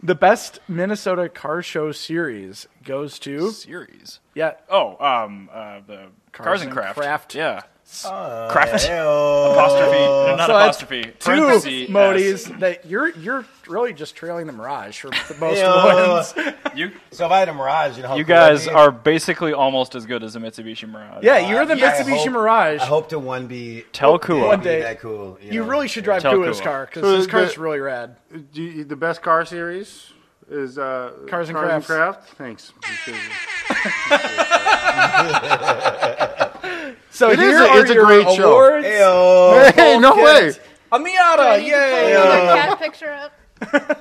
S1: The Best Minnesota Car Show Series goes to
S3: Series.
S1: yeah,
S3: Oh, um, uh, the Cars, and
S1: and
S3: Craft. Uh,
S1: Craft.
S3: Yeah.
S4: Oh,
S3: Craft.
S4: Ayo.
S3: apostrophe. Not
S1: So that's
S3: apostrophe.
S1: two
S3: parentheses.
S1: Modis that you're you're really just trailing the Mirage for the most
S4: Ayo.
S1: wins.
S3: You,
S4: So if I had a Mirage, you know how
S3: you
S4: cool
S3: guys
S4: that'd be?
S3: are basically almost as good as a Mitsubishi Mirage.
S1: Yeah, you're the
S4: Yeah, I
S1: Mitsubishi
S4: hope-
S1: Mirage.
S4: I hope to one be
S3: Tell Kua.
S1: One
S4: be
S1: day.
S4: that cool.
S1: you
S4: know.
S1: really should drive
S3: Tell
S1: Kua's
S3: Kua.
S1: car because
S5: So
S1: his
S5: the-
S1: car's really rad.
S5: Do you- the best car series is uh,
S1: Cars and Crafts.
S5: Craft. Thanks.
S1: So
S5: It is
S1: here
S5: a-
S1: are
S5: it's a
S1: your
S5: great show.
S1: awards.
S4: Ayo.
S5: hey, no way.
S4: kids.
S1: A Miata,
S2: You can pull
S1: yay!
S2: another cat picture up.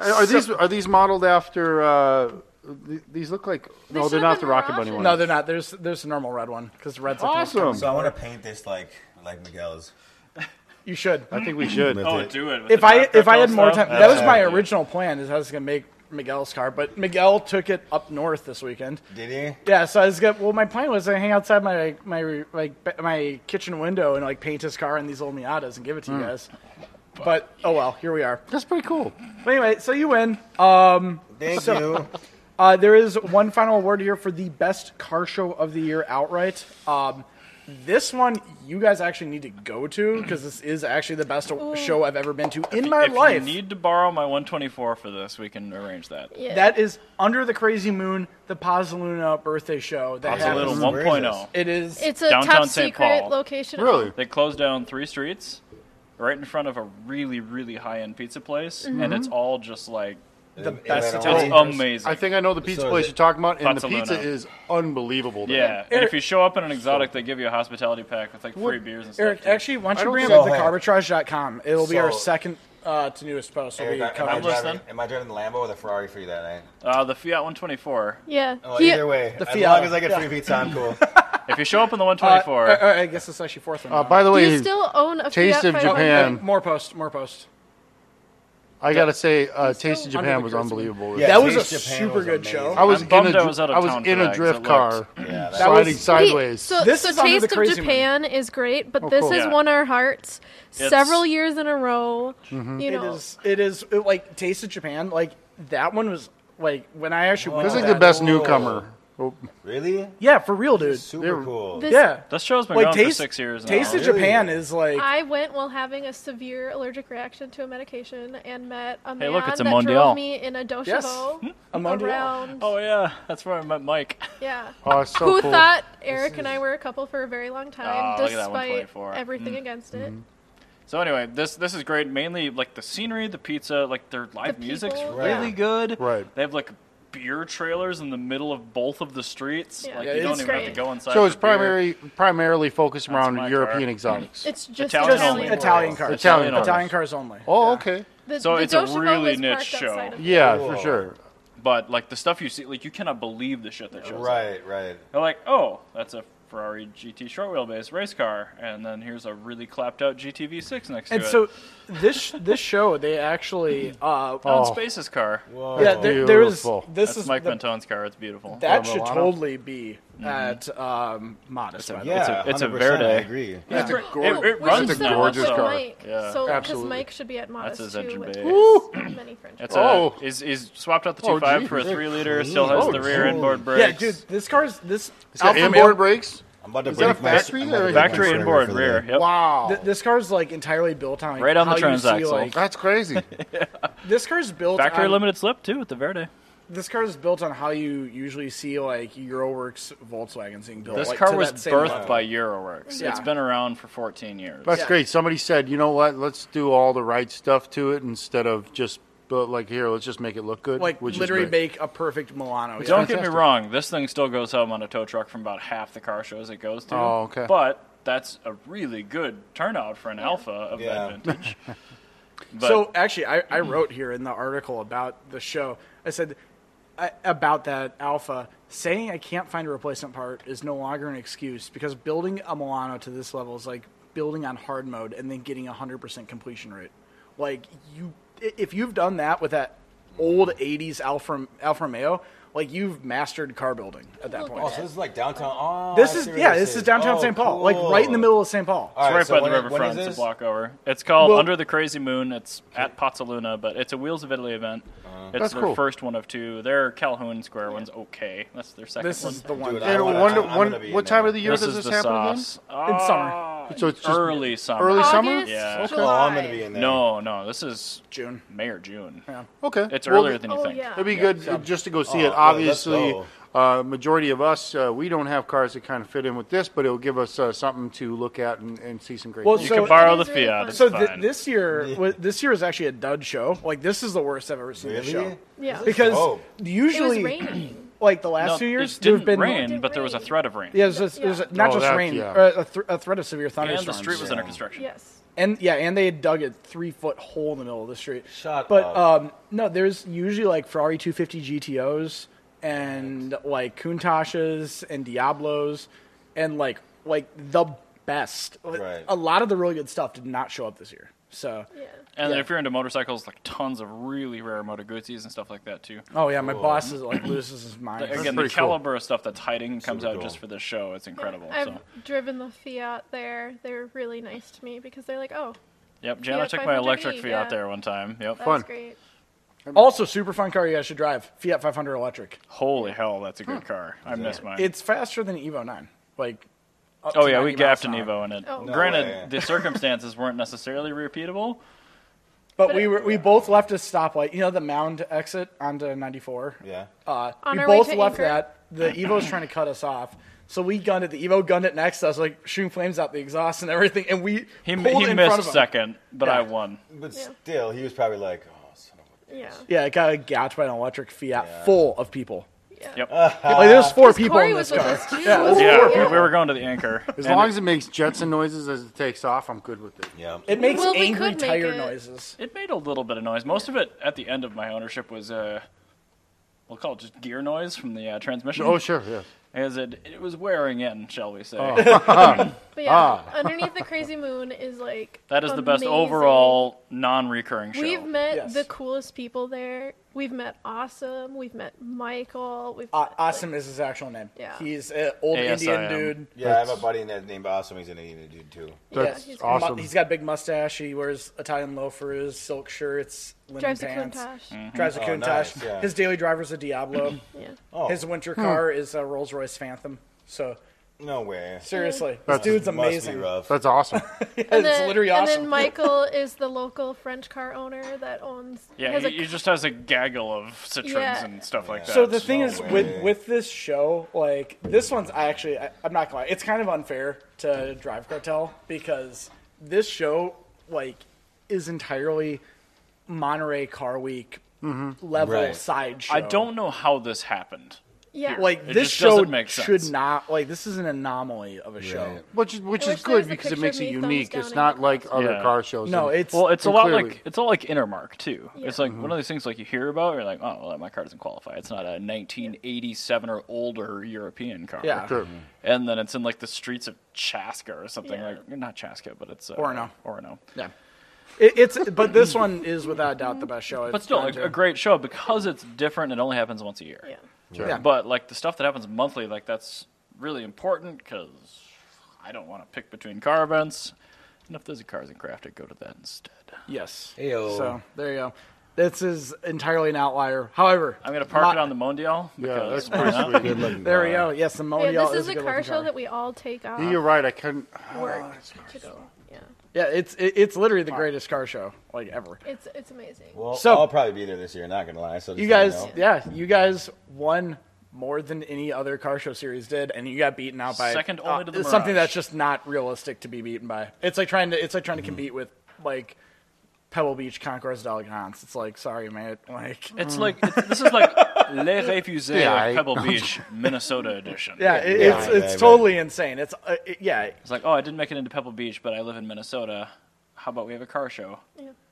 S5: Are these are these modeled after? Uh, th- these look like no,
S2: should
S5: they're
S2: have
S5: not the
S2: been
S5: Rocket Bunny
S2: Mirages.
S5: ones.
S1: No, they're not. There's there's a normal red one because the red's like the most common.
S5: awesome.
S4: So I want to paint this like like Miguel's.
S1: You should.
S5: I think we should.
S4: That's
S3: Oh,
S4: it.
S3: do it. with
S1: If
S3: the
S1: I
S3: Craft
S1: if I had
S3: Cartel
S1: more
S3: stuff.
S1: time, that was my
S3: Absolutely.
S1: original plan. Is I was gonna make Miguel's car, but Miguel took it up north this weekend.
S4: Did he?
S1: Yeah, so I was gonna. Well, my plan was to hang outside my my like ba- my kitchen window and like paint his car in these old Miatas and give it
S3: Hmm.
S1: to you guys. But oh well, here we are.
S5: That's pretty cool.
S1: But anyway, so you win.
S4: Thank you.
S1: Uh, there is one final award here for the best car show of the year outright. Um, this one you guys actually need to go to because this is actually the best show I've ever been to in my
S3: if
S1: life.
S3: you need to borrow my 124 for this, we can arrange that.
S2: Yeah.
S1: that is under the crazy moon, the Pazaluna birthday show. That
S3: It's a little
S1: happens.
S4: Where is
S3: 1.0.
S1: It is.
S2: it's a
S3: Downtown
S2: top
S3: St.
S2: secret
S3: Paul.
S2: location.
S5: Really?
S3: They closed down three streets right in front of a really, really high end pizza place, and it's all just like,
S1: the
S4: Am- am
S1: best
S4: I
S1: Italian
S3: it's
S4: only-
S3: amazing.
S5: I think I know the pizza
S4: So is
S5: place
S4: it-
S5: you're talking about, and the
S3: Pazzolano.
S5: pizza is unbelievable. there.
S3: yeah, and
S1: Eric-
S3: if you show up in an exotic, they give you a hospitality pack with like free beers and stuff.
S1: Eric,
S3: too.
S1: actually, why don't you
S5: don't
S1: bring
S5: think-
S1: up the
S4: So, hey.
S1: carbitrage.com? It'll be our
S4: So-
S1: second uh, to newest post. We'll
S4: Eric,
S1: be
S4: I- am, I
S1: covering
S3: just
S4: driving,
S3: then.
S4: am I driving the Lambo or the Ferrari for you that night?
S3: uh, the Fiat 124.
S2: Yeah.
S4: Oh,
S2: He-
S4: either way,
S1: the
S4: as
S1: Fiat.
S4: long as I get free pizza, I'm cool.
S3: If you show up in the
S1: Uh,
S3: 124,
S1: uh, uh, I guess it's actually fourth one.
S5: Uh,
S1: now.
S5: by the
S2: Do you
S5: way,
S2: still own a
S5: Taste
S2: Fiat
S5: of
S2: 500?
S5: Japan.
S1: Okay, more post, more post.
S5: I gotta say, uh,
S2: still
S5: Taste of
S1: under
S5: Japan
S1: the
S5: was
S1: curse of-
S5: unbelievable.
S4: Yeah,
S1: that was a
S4: Taste Japan
S1: super
S4: was
S1: good
S4: amazing.
S1: show.
S5: I was
S3: I'm
S5: in a
S3: bummed I was out
S5: dr-
S3: of
S5: I was
S3: town for
S5: in
S3: that,
S5: a
S3: 'cause
S5: drift
S3: it looked-
S5: car,
S4: Yeah, that-
S1: That was-
S5: sliding
S2: Wait,
S5: sideways. Oh,
S2: So,
S1: This
S2: so
S1: is under the
S2: Taste of
S1: crazy one.
S2: Japan is great, but this
S5: cool.
S2: has
S3: Yeah.
S2: won our hearts
S3: It's-
S2: several years in a row.
S5: Mm-hmm.
S2: You
S1: It
S2: know,
S1: is. It is it, like Taste of Japan. Like that one was like when I actually went.
S5: this is
S1: to
S5: like the
S1: that-
S5: best
S4: Whoa.
S5: newcomer. Oh,
S4: really?
S1: Yeah, for real, dude.
S4: Super
S5: They're-
S4: cool.
S2: this,
S1: Yeah,
S3: This show's been
S1: like
S3: going
S1: Taste
S3: for six years now.
S1: Taste of
S4: Really?
S1: Japan is like.
S2: I went while having a severe allergic reaction to a medication and met a
S3: Hey,
S2: man
S3: look, it's a
S2: that
S3: Mondial. Hmm?
S2: drove me in a doshibo
S1: Yes. a Mondial.
S2: around.
S3: oh yeah, that's where I met Mike.
S2: Yeah.
S5: oh, it's so
S2: Who
S5: cool.
S2: thought Eric and I were a couple for a very long time,
S3: Ah, look at that Mm.
S2: despite
S3: 124.
S2: everything against it?
S5: Mm-hmm.
S3: So anyway, this this is great. Mainly like the scenery, the pizza, like their live music's
S2: people.
S4: Right.
S3: really good.
S5: Right.
S3: They have like beer trailers in the middle of both of the streets.
S2: Yeah.
S3: Like
S2: Yeah,
S3: you don't
S1: it's
S3: even have
S2: great.
S3: to go inside.
S5: So
S3: for
S5: it's
S3: beer.
S5: primarily primarily focused around
S3: my
S5: European
S3: car.
S5: exotics.
S2: It's just
S3: Italian
S1: just
S3: only.
S2: Italian.
S1: Italian cars.
S5: Italian
S1: Italian,
S5: cars.
S1: cars only.
S5: oh, okay.
S2: The,
S3: So
S2: the
S3: it's a
S2: Doshibo
S3: really
S2: is
S3: niche
S2: parked
S3: show.
S2: outside of-
S5: Yeah,
S4: Cool.
S5: for sure.
S3: But like the stuff you see, like you cannot believe the shit that shows. up.
S4: Right, right.
S3: They're like, oh, that's a Ferrari GT short wheelbase race car, and then here's a really clapped out GTV6 next to
S1: And
S3: it.
S1: so this this show they actually uh
S3: That's
S5: Oh.
S3: Space's car.
S1: yeah there, there is
S5: Beautiful.
S1: this
S3: That's
S1: is
S3: Mike
S1: the-
S3: Bentone's car. It's beautiful.
S1: that
S5: Or
S1: should
S5: Milano.
S1: totally be at um modest by the way.
S4: Yeah,
S3: Mm-hmm. a- it's a
S4: 100%, I
S3: Verde.
S4: agree.
S5: That's a
S2: Oh,
S5: gorgeous.
S3: It- it
S2: we
S3: runs
S2: should
S3: now,
S2: set up with
S3: so-
S2: Mike.
S3: Yeah.
S2: So, because
S5: Absolutely.
S2: Mike should be at Modest
S3: his
S2: too,
S3: engine
S2: with
S3: bay.
S2: many French
S3: It's
S5: Oh.
S3: a, he's, he's swapped out the
S5: Oh,
S3: 2.5
S5: geez.
S3: for a 3 liter,
S4: Clean.
S3: still has
S4: Oh,
S3: the rear inboard
S1: yeah
S3: brakes.
S1: dude this car's this
S5: Got
S1: Alfa Romeo-
S5: inboard brakes.
S4: I'm about to
S5: that a
S4: break my-
S5: factory
S4: I'm about to
S5: or-
S4: break my
S3: Factory
S4: server
S3: inboard
S4: for
S3: and
S4: the
S3: rear.
S4: day.
S3: Yep.
S5: Wow,
S1: Th- this car's like entirely built on like,
S3: Right on the
S1: how you see,
S3: transaxle.
S1: like-
S5: that's crazy.
S1: this car's built
S3: Factory
S1: on,
S3: limited slip too at the Verde.
S1: This car is built on how you usually see like Euroworks Volkswagens being built.
S3: This
S1: like,
S3: car
S1: to
S3: was
S1: that
S3: birthed
S1: same level.
S3: by Euroworks.
S1: Yeah.
S3: It's been around for 14 years.
S5: That's
S1: Yeah.
S5: great. Somebody said, you know what? Let's do all the right stuff to it instead of just but like here. Let's just make it look good.
S1: like
S5: which
S1: literally
S5: is great.
S1: make a perfect Milano. yeah.
S3: Don't get me
S5: fantastic.
S3: wrong. This thing still goes home on a tow truck from about half the car shows it goes to.
S5: Oh, okay.
S3: But that's a really good turnout for an Alpha of
S4: Yeah.
S3: that vintage. But
S1: so actually, I, I wrote here in the article about the show. I said I, about that Alpha saying I can't find a replacement part is no longer an excuse because building a Milano to this level is like building on hard mode and then getting a hundred percent completion rate. Like you, i- if you've done that with that old '80s Alfa Alfa Romeo, like you've mastered car building at that point.
S4: Oh, so this is like downtown. Oh, I
S1: This
S4: see
S1: is
S4: where
S1: yeah, this is downtown
S4: Oh,
S1: St. Paul, like right in the
S4: cool.
S1: middle of St. Paul.
S4: All
S3: it's right
S4: so
S3: by
S4: when
S3: the
S4: is- when
S3: riverfront.
S4: is
S3: It's a
S4: this?
S3: block over. It's called
S1: Well-
S3: Under the Crazy Moon. It's at Pozzoluna, but it's a Wheels of Italy event.
S4: Uh-huh.
S3: it's
S5: That's
S3: their
S5: cool.
S3: first one of two. Their Calhoun Square one's okay. That's their second
S1: This
S3: one.
S1: is the one.
S4: Dude, I
S5: And
S4: wanna-
S5: one,
S4: I'm
S5: one,
S4: gonna be in
S5: what time
S4: there.
S5: of the year
S3: this
S5: does
S3: is
S5: this
S3: the
S5: happen
S3: sauce.
S1: In summer.
S3: Ah,
S5: So it's just
S3: early summer.
S5: early summer?
S2: August,
S3: Yeah. Okay.
S4: Oh,
S2: July.
S4: I'm gonna be in there.
S3: No, no. This is
S1: June.
S3: May or June.
S5: again? Okay,
S3: It's
S5: Well,
S3: earlier than you
S2: Oh,
S3: think.
S2: yeah.
S5: It'd be good uh, just to go see
S4: Oh,
S5: it.
S4: yeah, let's
S5: Obviously,
S4: go.
S5: uh, majority of us uh, we don't have cars that kind of fit in with this, but it'll give us uh, something to look at and, and see some great.
S1: Well,
S5: things.
S3: You
S1: So-
S3: can borrow the
S2: It is really
S3: Fiat.
S2: fun.
S3: It's
S1: So
S3: fine.
S1: th- this year, wa- this year is actually a dud show. Like this is the worst I've ever seen the
S4: Really?
S1: show.
S2: Yeah.
S1: Because
S4: Oh.
S2: it was
S1: usually,
S2: raining.
S1: like the last
S3: No,
S1: two years,
S3: it
S1: there
S3: didn't
S1: have been
S3: rain,
S2: It didn't
S3: but there was a
S2: rain.
S3: threat of rain.
S1: Yeah, it was, just, it was
S2: Yeah.
S1: not
S5: Oh,
S1: just
S5: that-
S1: rain,
S5: yeah.
S1: or a, th- a threat of severe
S3: and
S1: thunderstorms.
S3: the street was
S1: yeah.
S3: under construction.
S2: yes.
S1: and yeah, and they had dug a three foot hole in the middle of the street.
S4: Shut
S1: but,
S4: up.
S1: um, no, there's usually like Ferrari 250 GTOs and like Countaches and Diablos and like like the best. Like,
S4: Right.
S1: A lot of the really good stuff did not show up this year. So,
S2: Yeah.
S3: And then
S1: Yeah.
S3: if you're into motorcycles, like tons of really rare Moto Guzzis and stuff like that too.
S1: oh yeah, my boss is like loses his mind.
S3: Again, the
S5: pretty cool.
S3: caliber of stuff that's hiding comes
S4: Super
S3: out
S4: cool.
S3: just for this show. It's incredible.
S2: I've
S3: So,
S2: driven the Fiat there. They're really nice to me because they're like, oh,
S3: yep, Jana
S2: Fiat
S3: took my
S2: 500e,
S3: electric Fiat
S2: yeah.
S3: there one time. Yep.
S2: that's
S5: Fun.
S2: great.
S1: Also, super fun car you guys should drive. Fiat 500 electric.
S3: Holy hell, that's a good car. I miss mine.
S1: Hmm. It's faster than Evo 9. Like, up
S3: oh
S1: to
S3: yeah, we
S1: 90 miles
S3: gaffed an
S1: an hour.
S3: Evo in it.
S2: Oh. No
S3: Granted,
S4: way.
S3: the circumstances weren't necessarily repeatable.
S1: But we were we both left a stoplight. You know the mound exit onto 94.
S4: Yeah.
S1: Uh,
S2: On
S1: we
S2: our way
S1: both
S2: to
S1: left
S2: Anchor.
S1: that. The Evo's trying to cut us off. So we gunned it. The Evo gunned it next to us, like shooting flames out the exhaust and everything. And we
S3: He,
S1: pulled
S3: he
S1: in front of
S3: missed
S1: him.
S3: second, but
S1: Yeah.
S3: I won.
S4: But
S2: Yeah.
S4: still, he was probably like, oh, son of a.
S2: Yeah.
S1: Yeah, it got gouged by an electric Fiat
S4: Yeah.
S1: full of people.
S2: Yeah.
S3: Yep.
S1: like there's four people
S2: Corey
S1: in
S2: was
S1: this
S2: with
S1: car.
S2: us too.
S1: Yeah, that's
S3: yeah,
S2: Yeah.
S3: we- we were going to the anchor.
S5: as
S3: and
S5: long as it makes Jetson noises as it takes off, I'm good with it.
S4: Yeah.
S1: It makes
S2: Well, we
S1: angry
S2: could make
S1: tire
S2: it.
S1: noises.
S3: It made a little bit of noise. Most of it at the end of my ownership was, uh, we'll call it just gear noise from the uh, transmission.
S5: Oh sure, yeah.
S3: As it, it was wearing in, shall we say.
S2: But yeah,
S1: Ah.
S2: underneath the crazy moon is like
S3: That is the best
S2: amazing.
S3: overall non recurring show.
S2: We've met
S1: Yes.
S2: the coolest people there. We've met Awesome. We've met Michael. We've
S1: Uh,
S2: met,
S1: Asim is his actual name.
S2: Yeah.
S1: He's an old Indian
S3: ASIM.
S1: dude.
S4: Yeah, I have a buddy in E that named Awesome. He's an Indian dude too.
S5: That's
S2: he's
S1: Mu-
S5: awesome.
S1: He's got a big mustache. He wears Italian loafers, silk shirts, linen
S2: drives a
S1: pants. Mm-hmm.
S2: Countach.
S1: Drives a
S4: Oh,
S1: Countach.
S4: nice, yeah.
S1: His daily driver's a Diablo.
S2: Yeah.
S4: Oh,
S1: His
S2: Hmm.
S1: winter car is a Rolls Royce Phantom. So
S4: no way.
S1: seriously, this
S5: That's-
S1: dude's
S4: Must be
S1: amazing.
S4: rough.
S5: That's awesome.
S2: And
S1: it's
S2: then,
S1: literally
S2: and
S1: awesome.
S2: then Michael is the local French car owner that owns.
S3: yeah,
S2: has
S3: he,
S2: a
S3: he just has a gaggle of citrons
S2: Yeah.
S3: and stuff like that.
S1: so the thing
S4: no
S1: is
S4: way.
S1: with with this show, like this one's I actually I, I'm not gonna lie, it's kind of unfair to Drive Cartel because this show like is entirely Monterey Car Week level
S4: Mm-hmm. Right.
S1: sideshow.
S3: I don't know how this happened.
S2: Yeah.
S1: Like
S3: It
S1: this
S3: just
S1: show
S3: doesn't make
S1: should
S3: sense.
S1: not like this is an anomaly of a show.
S5: Which is which
S2: I
S5: is
S2: wish there was
S5: good
S2: a
S5: because
S2: picture
S5: it makes
S2: of
S5: it
S2: me thumbs
S5: unique.
S2: down
S5: It's
S2: and
S5: not
S2: thumbs
S5: like
S2: up.
S5: other
S3: Yeah.
S5: car shows.
S1: No,
S5: and-
S1: it's
S3: Well, it's a
S5: And
S3: lot
S5: clearly-
S3: like it's all like Intermark too.
S2: Yeah.
S3: It's like one
S5: Mm-hmm.
S3: of those things like you hear about, you're like, oh, well, my car doesn't qualify. It's not a 1987 or older European car.
S1: Yeah.
S5: Sure.
S3: And then it's in like the streets of Chaska or something.
S2: Yeah.
S3: Like not Chaska, but it's uh,
S1: Orono.
S3: Orono.
S1: Yeah. It, it's but this one is without doubt the best show.
S3: But
S1: It's
S3: still,
S1: done
S3: a,
S1: to.
S3: a great show because it's different. It only happens once a year.
S2: Yeah.
S1: Yeah.
S3: But like the stuff that happens monthly, like that's really important because I don't want to pick between car events. And if there's a cars and craft, I'd go to that instead.
S1: Yes.
S4: Ayo.
S1: So there you go. This is entirely an outlier. However,
S3: I'm gonna park it on the Mondial.
S5: yeah,
S3: because
S5: that's
S3: why not?
S5: pretty sweet.
S4: Good looking
S1: There
S4: guy.
S1: we
S3: Uh,
S1: go. Yes, the Modial
S2: Yeah, this is,
S1: a
S2: a
S1: good
S2: car
S1: looking
S2: show that we all take off
S5: Yeah, You're right. I couldn't.
S2: work to go. Yeah.
S1: Yeah, it's it, it's literally the greatest car show like ever.
S2: It's it's amazing.
S4: Well,
S1: So-
S4: I'll probably be there this year. Not gonna lie. So just
S1: You
S4: so
S1: guys,
S4: know.
S1: yeah, you guys won more than any other car show series did, and you got beaten out by
S3: Second only to the
S1: it's something
S3: Mirage. Mm-hmm.
S1: that's just not realistic to be beaten by. It's like trying to it's like trying to compete with like Pebble Beach Concourse d'Elegance. It's like sorry, mate. Like
S2: Mm-hmm.
S3: It's like it's, this is like Les Refusés
S5: Yeah, I-
S3: Pebble Beach, Minnesota edition.
S1: yeah, it,
S4: Yeah,
S1: it's
S4: yeah,
S1: it's
S4: yeah.
S1: totally insane. It's uh, it- yeah
S3: It's like, oh, I didn't make it into Pebble Beach, but I live in Minnesota. How about we have a car show?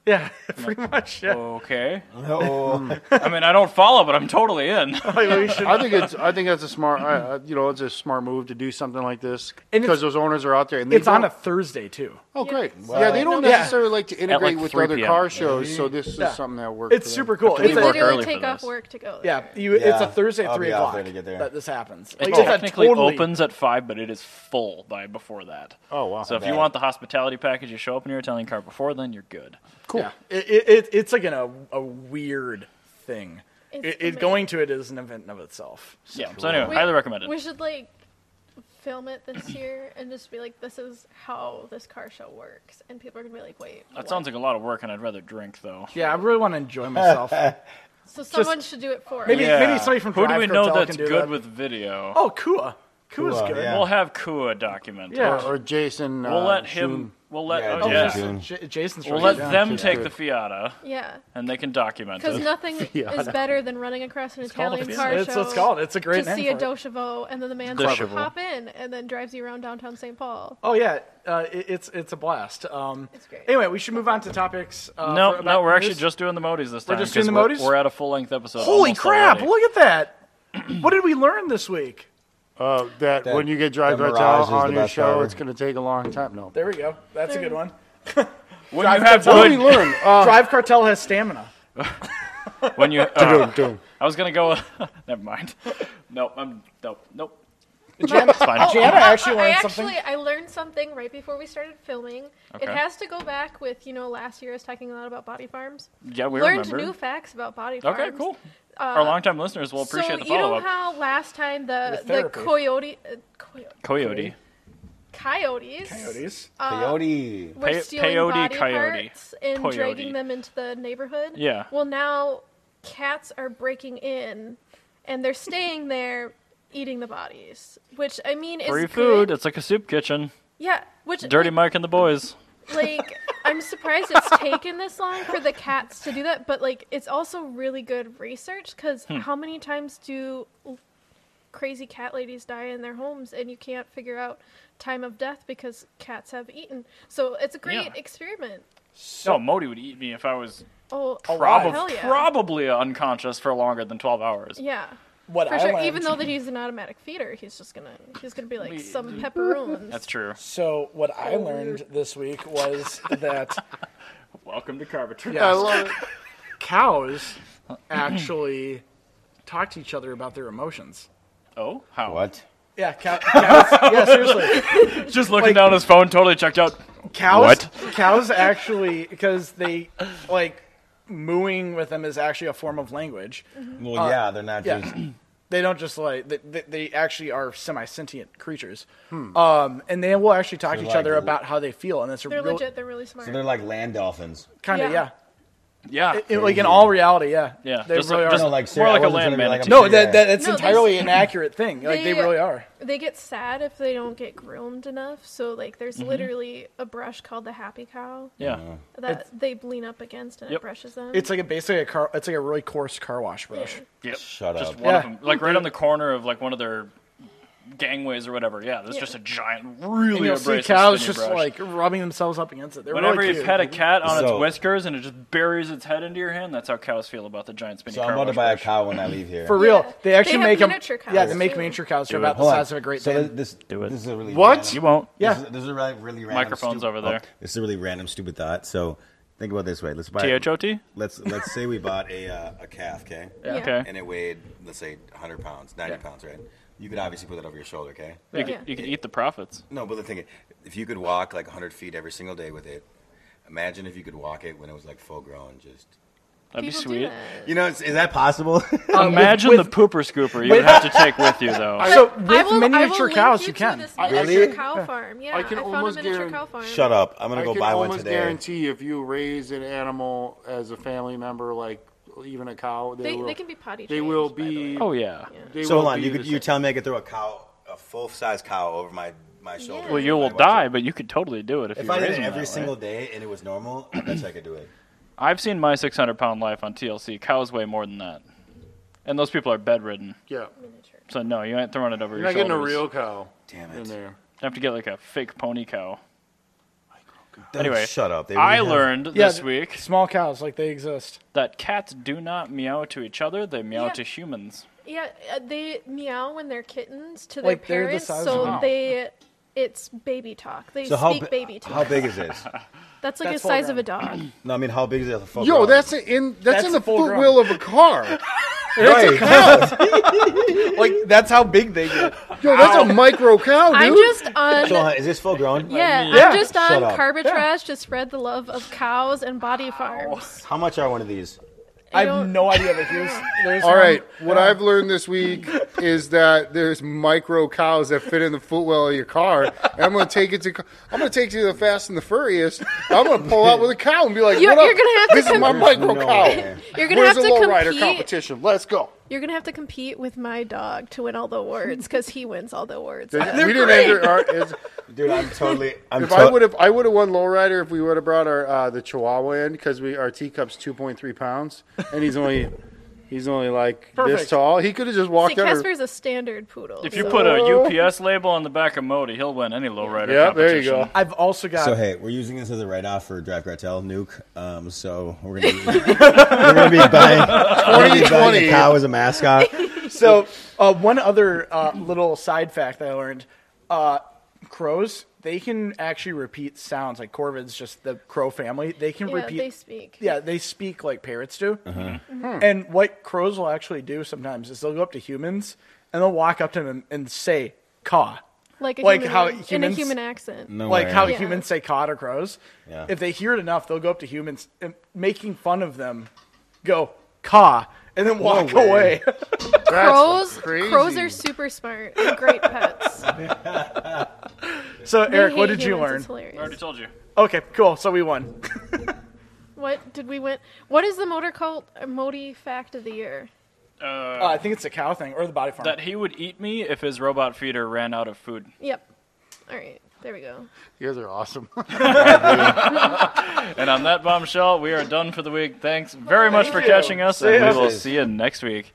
S1: yeah pretty much. Yeah.
S3: Okay.
S4: Oh,
S3: I mean, I don't follow, but I'm totally in.
S1: Like, we should-
S5: I think it's. I think that's a smart. I, I- you know, it's a smart move to do something like this
S1: And it's-
S5: because those owners are out there and they
S1: it's on
S5: don't-
S1: a Thursday too.
S5: Oh, great.
S2: Yeah.
S5: yeah, they don't
S1: Yeah.
S5: necessarily like to integrate with
S3: 3
S5: other
S3: PM.
S5: car shows, so this is something that works.
S1: It's
S5: for them.
S1: super cool.
S3: to
S1: It's
S2: we
S3: leave
S1: a,
S3: work
S2: literally
S3: early for
S2: take off
S3: this.
S2: work to go.
S1: yeah,
S2: there.
S1: you, it's
S4: Yeah,
S1: a Thursday at
S4: I'll be
S1: three
S4: out
S1: o'clock
S4: there to get there.
S1: that this happens.
S3: It
S1: Like, it's a
S3: technically
S1: totally-
S3: opens at five, but it is full by before that.
S5: Oh, wow.
S3: So if you
S4: Right.
S3: want the hospitality package, you show up in your Italian car before then, you're good.
S5: Cool.
S1: Yeah, it, it, it, it's like an, a, a weird thing.
S2: It's
S1: It,
S2: amazing.
S1: it going to it is an event in of itself.
S3: Yeah. So anyway, highly recommend
S2: We
S3: it.
S2: should like film it this year and just be like, this is how this car show works, and people are gonna be like, wait.
S3: That sounds like a lot of work, and I'd rather drink though.
S1: Yeah, I really want to enjoy myself.
S2: So someone should do it for
S1: Maybe
S2: us.
S1: maybe somebody from
S3: Who do
S1: Drive
S3: we know
S1: Cartel
S3: that's
S1: can do
S3: good
S1: that.
S3: with video?
S1: Oh, Kua. Kua's
S4: Kua,
S1: good.
S4: yeah.
S3: We'll have Kua document. it.
S1: Yeah.
S5: Or, or Jason.
S3: We'll
S5: uh,
S3: let him.
S5: Shun.
S3: We'll let.
S4: Yeah,
S3: oh,
S4: Jason
S3: yeah.
S4: Shun.
S1: J- Jason's
S3: We'll
S1: really
S3: let
S1: good.
S3: them
S5: she's
S3: take
S5: good.
S3: the Fiata,
S2: Yeah.
S3: and they can document
S2: Because
S3: it.
S2: nothing is better than running across an
S3: called a
S2: Italian
S3: Fiat.
S2: car
S1: That's
S2: show.
S1: what it's called. It's a great
S2: to
S1: name
S2: see a
S1: for it.
S2: Dochevo, and then the man
S3: Dochevo.
S2: says, "Hop in," and then drives you around downtown St. Paul.
S1: Oh yeah, uh, it, it's it's a blast. Um,
S2: It's great.
S1: Anyway, we should move on to topics. Uh,
S3: No,
S1: for about
S3: no, we're actually
S1: news.
S3: just doing the Modis this time.
S1: just
S3: 'cause
S1: doing the
S3: we're-
S1: Modis?
S3: We're, at a full length episode.
S1: Holy
S3: almost
S1: crap!
S3: already.
S1: Look at that. what did we learn this week?
S5: Uh, that,
S4: That-
S5: when you get Drive
S4: that
S5: Cartel
S4: Mirage is the
S5: on your
S4: best
S5: show,
S4: ever.
S5: it's going to take a long time. No.
S1: There we go. That's a good one.
S3: When you have
S5: What did
S3: good,
S5: we learn? Uh,
S1: Drive Cartel has stamina.
S3: when you.
S5: doom,
S3: uh,
S5: doom.
S3: I was gonna go. never mind. Nope. I'm nope. Nope.
S1: Jana,
S3: It's fine.
S1: Oh,
S2: Oh,
S1: Jana actually
S2: I
S1: learned
S2: actually
S1: something.
S2: I learned something right before we started filming. It
S3: Okay.
S2: has to go back with you know last year I was talking a lot about body farms.
S3: Yeah, we
S2: learned
S3: remember.
S2: new facts about body farms. Uh,
S3: okay, cool. Our longtime listeners will appreciate
S2: so
S3: the
S2: you know
S3: follow up.
S2: how last time the
S1: With
S2: the
S1: therapy.
S2: coyote uh, coyote
S3: Coyote.
S2: coyotes
S1: Coyotes.
S2: Uh,
S3: Uh,
S4: Coyote.
S2: were
S3: Pe-
S2: stealing
S3: peyote
S2: body
S3: coyote.
S2: parts and
S3: Coyote.
S2: dragging them into the neighborhood.
S3: Yeah.
S2: Well, now cats are breaking in, and they're staying there eating the bodies. Which I mean is
S3: Free
S2: good.
S3: food. It's like a soup kitchen.
S2: Yeah. Which
S3: Dirty Mike and the boys.
S2: like I'm surprised it's taken this long for the cats to do that, but like it's also really good research because
S3: Hmm.
S2: how many times do crazy cat ladies die in their homes and you can't figure out time of death because cats have eaten. So it's a great
S3: Yeah.
S2: experiment.
S3: No, Modi would eat me if I was
S2: Oh,
S1: Alive.
S2: hell
S3: probably
S2: yeah.
S3: probably unconscious for longer than twelve hours.
S2: yeah.
S1: What
S2: For
S1: I
S2: sure.
S1: learned.
S2: Even though that he's an automatic feeder, he's just gonna he's gonna be like some pepperoons.
S3: That's true.
S1: So what I learned this week was that uh,
S3: Welcome to Carpenter.
S5: I
S1: yes,
S5: love it.
S1: cows actually talk to each other about their emotions.
S3: Oh, how?
S4: What?
S1: Yeah, cow- cows. yeah, seriously,
S3: Just looking down at his phone, totally checked out.
S1: cows.
S3: What?
S1: Cows actually because they like mooing with them is actually a form of language.
S4: Well, yeah, they're not
S1: yeah.
S4: just.
S1: They don't just like they, they, they actually are semi sentient creatures, um, and they will actually talk to each
S4: Hmm. like
S1: other
S4: l-
S1: about how they feel, and it's a
S2: they're
S1: real
S2: legit. They're really smart.
S4: So they're like land dolphins.
S1: kind of
S2: Yeah.
S1: yeah.
S3: Yeah.
S1: It- like in all reality, yeah.
S3: yeah.
S1: They
S3: Just,
S1: really are.
S3: just
S4: No, like,
S3: more
S4: Sarah, I
S3: like a
S4: wasn't
S3: land
S4: gonna be like,
S3: manatee.
S1: no,
S4: Yeah.
S1: that, that that's
S2: No, they-
S1: entirely an accurate thing. Like they,
S2: They-
S1: really are.
S2: They get sad if they don't get groomed enough. So like, there's literally a brush called the happy cow
S3: yeah.
S4: Uh,
S2: that they lean up against and
S3: Yep.
S2: it brushes them.
S1: It's like a basically a car. It's like a really coarse car wash brush.
S3: Yep.
S4: Shut
S3: just
S4: up.
S3: one of
S1: Yeah.
S3: them, like right on the corner of like one of their gangways or whatever. Yeah, there's
S2: Yeah.
S3: just a giant, really
S1: And you'll see
S3: abrasive
S1: cows
S3: spinning
S1: just
S3: brush.
S1: like rubbing themselves up against it. They're
S3: Whenever
S1: really
S3: you
S1: cute.
S3: pet a cat on
S4: So-
S3: its whiskers and it just buries its head into your hand, that's how cows feel about the giant spinning
S4: So I'm
S3: car
S4: about to
S3: wash
S4: buy a
S3: brush.
S4: cow when I leave here.
S1: For real,
S2: Yeah.
S1: they actually
S2: They have
S1: make 'em-
S2: miniature cows,
S1: Yeah, they make
S2: too.
S1: miniature cows. They're about the
S4: Hold on.
S1: size of a Great
S4: so
S1: Dane.
S4: This,
S3: Do it.
S4: This is a really
S5: What?
S4: random-
S5: You
S3: won't.
S1: Yeah.
S4: This is, this is a really, really random.
S3: Microphone's
S4: stu-
S3: over there.
S4: Oh, this is a really random, stupid thought. So think about it this way. Let's buy.
S3: T-H-O-T?
S4: Let's let's say we bought a uh, a calf, okay?
S2: Yeah.
S3: Okay.
S4: And it weighed, let's say, 100 pounds, 90 pounds, right? You could obviously put that over your shoulder, okay?
S3: You,
S2: Yeah.
S3: could, you could eat the profits.
S4: No, but the thing, is, if you could walk like 100 feet every single day with it, imagine if you could walk it when it was like full grown. Just
S3: That'd
S2: People
S3: be sweet.
S2: Do that.
S4: you know, is, is that possible?
S3: Imagine
S1: Uh, with-
S3: the pooper scooper you would have to take with you, though.
S1: so
S2: I
S1: with
S2: will, I will
S1: miniature
S2: link
S1: cows, you
S2: to
S1: can.
S2: This
S5: I-
S2: miniature
S4: Really?
S2: cow farm. Yeah,
S5: I can
S2: found
S5: almost
S2: a miniature
S5: guarantee-
S2: cow farm.
S4: Shut up! I'm gonna
S5: I
S4: go
S5: can
S4: buy one
S5: almost
S4: today.
S5: guarantee if you raise an animal as a family member, like even a cow, they,
S2: They,
S5: will,
S2: they can be potty.
S5: they will
S2: trained, by the
S5: be.
S2: way.
S3: Oh, yeah.
S5: they
S4: So
S5: will
S4: hold on,
S5: be
S4: you
S5: the
S4: could you
S5: same.
S4: tell me I could throw a cow, a full size cow, over my my shoulder?
S2: Well,
S4: if
S3: You
S4: I
S3: will
S4: watch
S3: die,
S4: it?
S3: but you could totally do it if,
S4: If
S3: you
S4: I did
S3: raise
S4: it
S3: them
S4: every
S3: that
S4: single
S3: way.
S4: day and it was normal, I bet you I could do it.
S3: I've seen my 600 pound life on TLC. Cows weigh more than that. And those people are bedridden.
S5: Yeah,
S2: Miniature.
S3: So, no, you ain't throwing it over
S5: you're
S3: your
S5: not
S3: shoulders.
S5: getting a real cow
S4: Damn
S5: in
S4: it!
S5: there.
S3: You have to get like a fake pony cow.
S4: Don't
S3: Anyway,
S4: shut up. They
S3: I
S4: really have-
S3: learned
S1: Yeah,
S3: this
S1: th-
S3: week
S1: Small cows, like they exist.
S3: that cats do not meow to each other, they meow
S2: Yeah.
S3: to humans.
S2: Yeah, uh, they meow when they're kittens to
S1: Like,
S2: their
S1: they're
S2: parents,
S1: the size
S2: so
S1: of- Wow.
S2: they it's baby talk. They
S4: So how
S2: speak
S4: bi-
S2: baby talk.
S4: how big is this?
S2: that's like
S1: That's
S2: the
S1: full
S2: size of a dog.
S4: No, I mean how big is it? Full
S5: Yo,
S4: grown?
S5: that's in that's,
S1: That's
S5: in the
S1: full grown.
S5: footwheel of a car.
S4: right.
S1: Like that's how big they get.
S5: Yo, that's a micro cow, dude.
S2: I'm just on.
S4: so uh, is this full grown?
S2: yeah,
S1: Yeah.
S2: I'm just
S4: Shut
S2: on
S4: up.
S2: Carbitrage to spread the love of cows and body farms.
S4: How much are one of these?
S1: I have
S2: don't-
S1: no idea. But here's, there's
S5: All
S1: one-
S5: right, what I've learned this week is that there's micro cows that fit in the footwell of your car. And I'm going to take it to I'm going to take it to the Fast and the Furious. I'm going to pull out with a cow and be like,
S2: You're-
S5: "What up?
S2: you're gonna have to
S5: This is
S2: come-
S5: my micro
S4: No
S5: cow.
S4: way.
S2: You're gonna
S5: Where's
S2: have
S5: the
S2: to
S5: lowrider
S2: compete.
S5: competition? Let's go."
S2: You're gonna have to compete with my dog to win all the awards because he wins all the awards.
S5: we didn't enter our, it's-
S4: Dude, I'm totally. I'm
S5: if I would have I would have won lowrider if we would have brought our uh, the Chihuahua in because we our teacup's 2.3 pounds and he's only he's only like this
S1: Perfect.
S5: tall. He could have just walked
S2: See,
S5: under.
S2: Casper's a standard poodle.
S3: If you
S2: so-
S3: put a UPS label on the back of Modi, he'll win any lowrider
S5: Yeah, there you
S3: competition.
S5: go.
S1: I've also got.
S4: So hey, we're using this as a write-off for Draft Cartel Nuke. Um, so we're gonna be, we're gonna be buying, we're gonna be buying
S5: 2020.
S4: a cow as a mascot.
S1: So uh, one other uh, little side fact that I learned: uh, crows they can actually repeat sounds. Like corvids, just the crow family, they can
S2: yeah,
S1: repeat.
S2: they Mm-hmm. speak.
S1: yeah, they speak like parrots do.
S5: Uh-huh.
S1: And what crows will actually do sometimes is they'll go up to humans and they'll walk up to them and say "caw."
S2: like a
S1: Like
S2: human,
S1: how
S2: in a
S1: humans-
S2: human accent.
S4: No
S1: like
S4: way.
S1: how
S2: Yeah.
S1: humans say cod or crows.
S4: Yeah.
S1: If they hear it enough, they'll go up to humans, and making fun of them, go caw, and then walk
S4: way.
S1: away.
S5: That's
S2: Crows,
S5: crazy.
S2: crows are super smart and great pets.
S1: so
S2: They
S1: Eric, what
S2: hate
S1: did you
S2: humans,
S1: learn?
S2: it's
S3: I already
S2: hilarious.
S3: told you.
S1: Okay, cool. So we won.
S2: What did we win? What is the motor cult uh, Modi fact of the year?
S1: Uh, I think it's the cow thing or the body farm.
S3: That he would eat me if his robot feeder ran out of food.
S2: Yep. All right, there we go.
S5: You guys are awesome.
S3: And on that bombshell, we are done for the week. Thanks very much for catching us, and we will see you next week.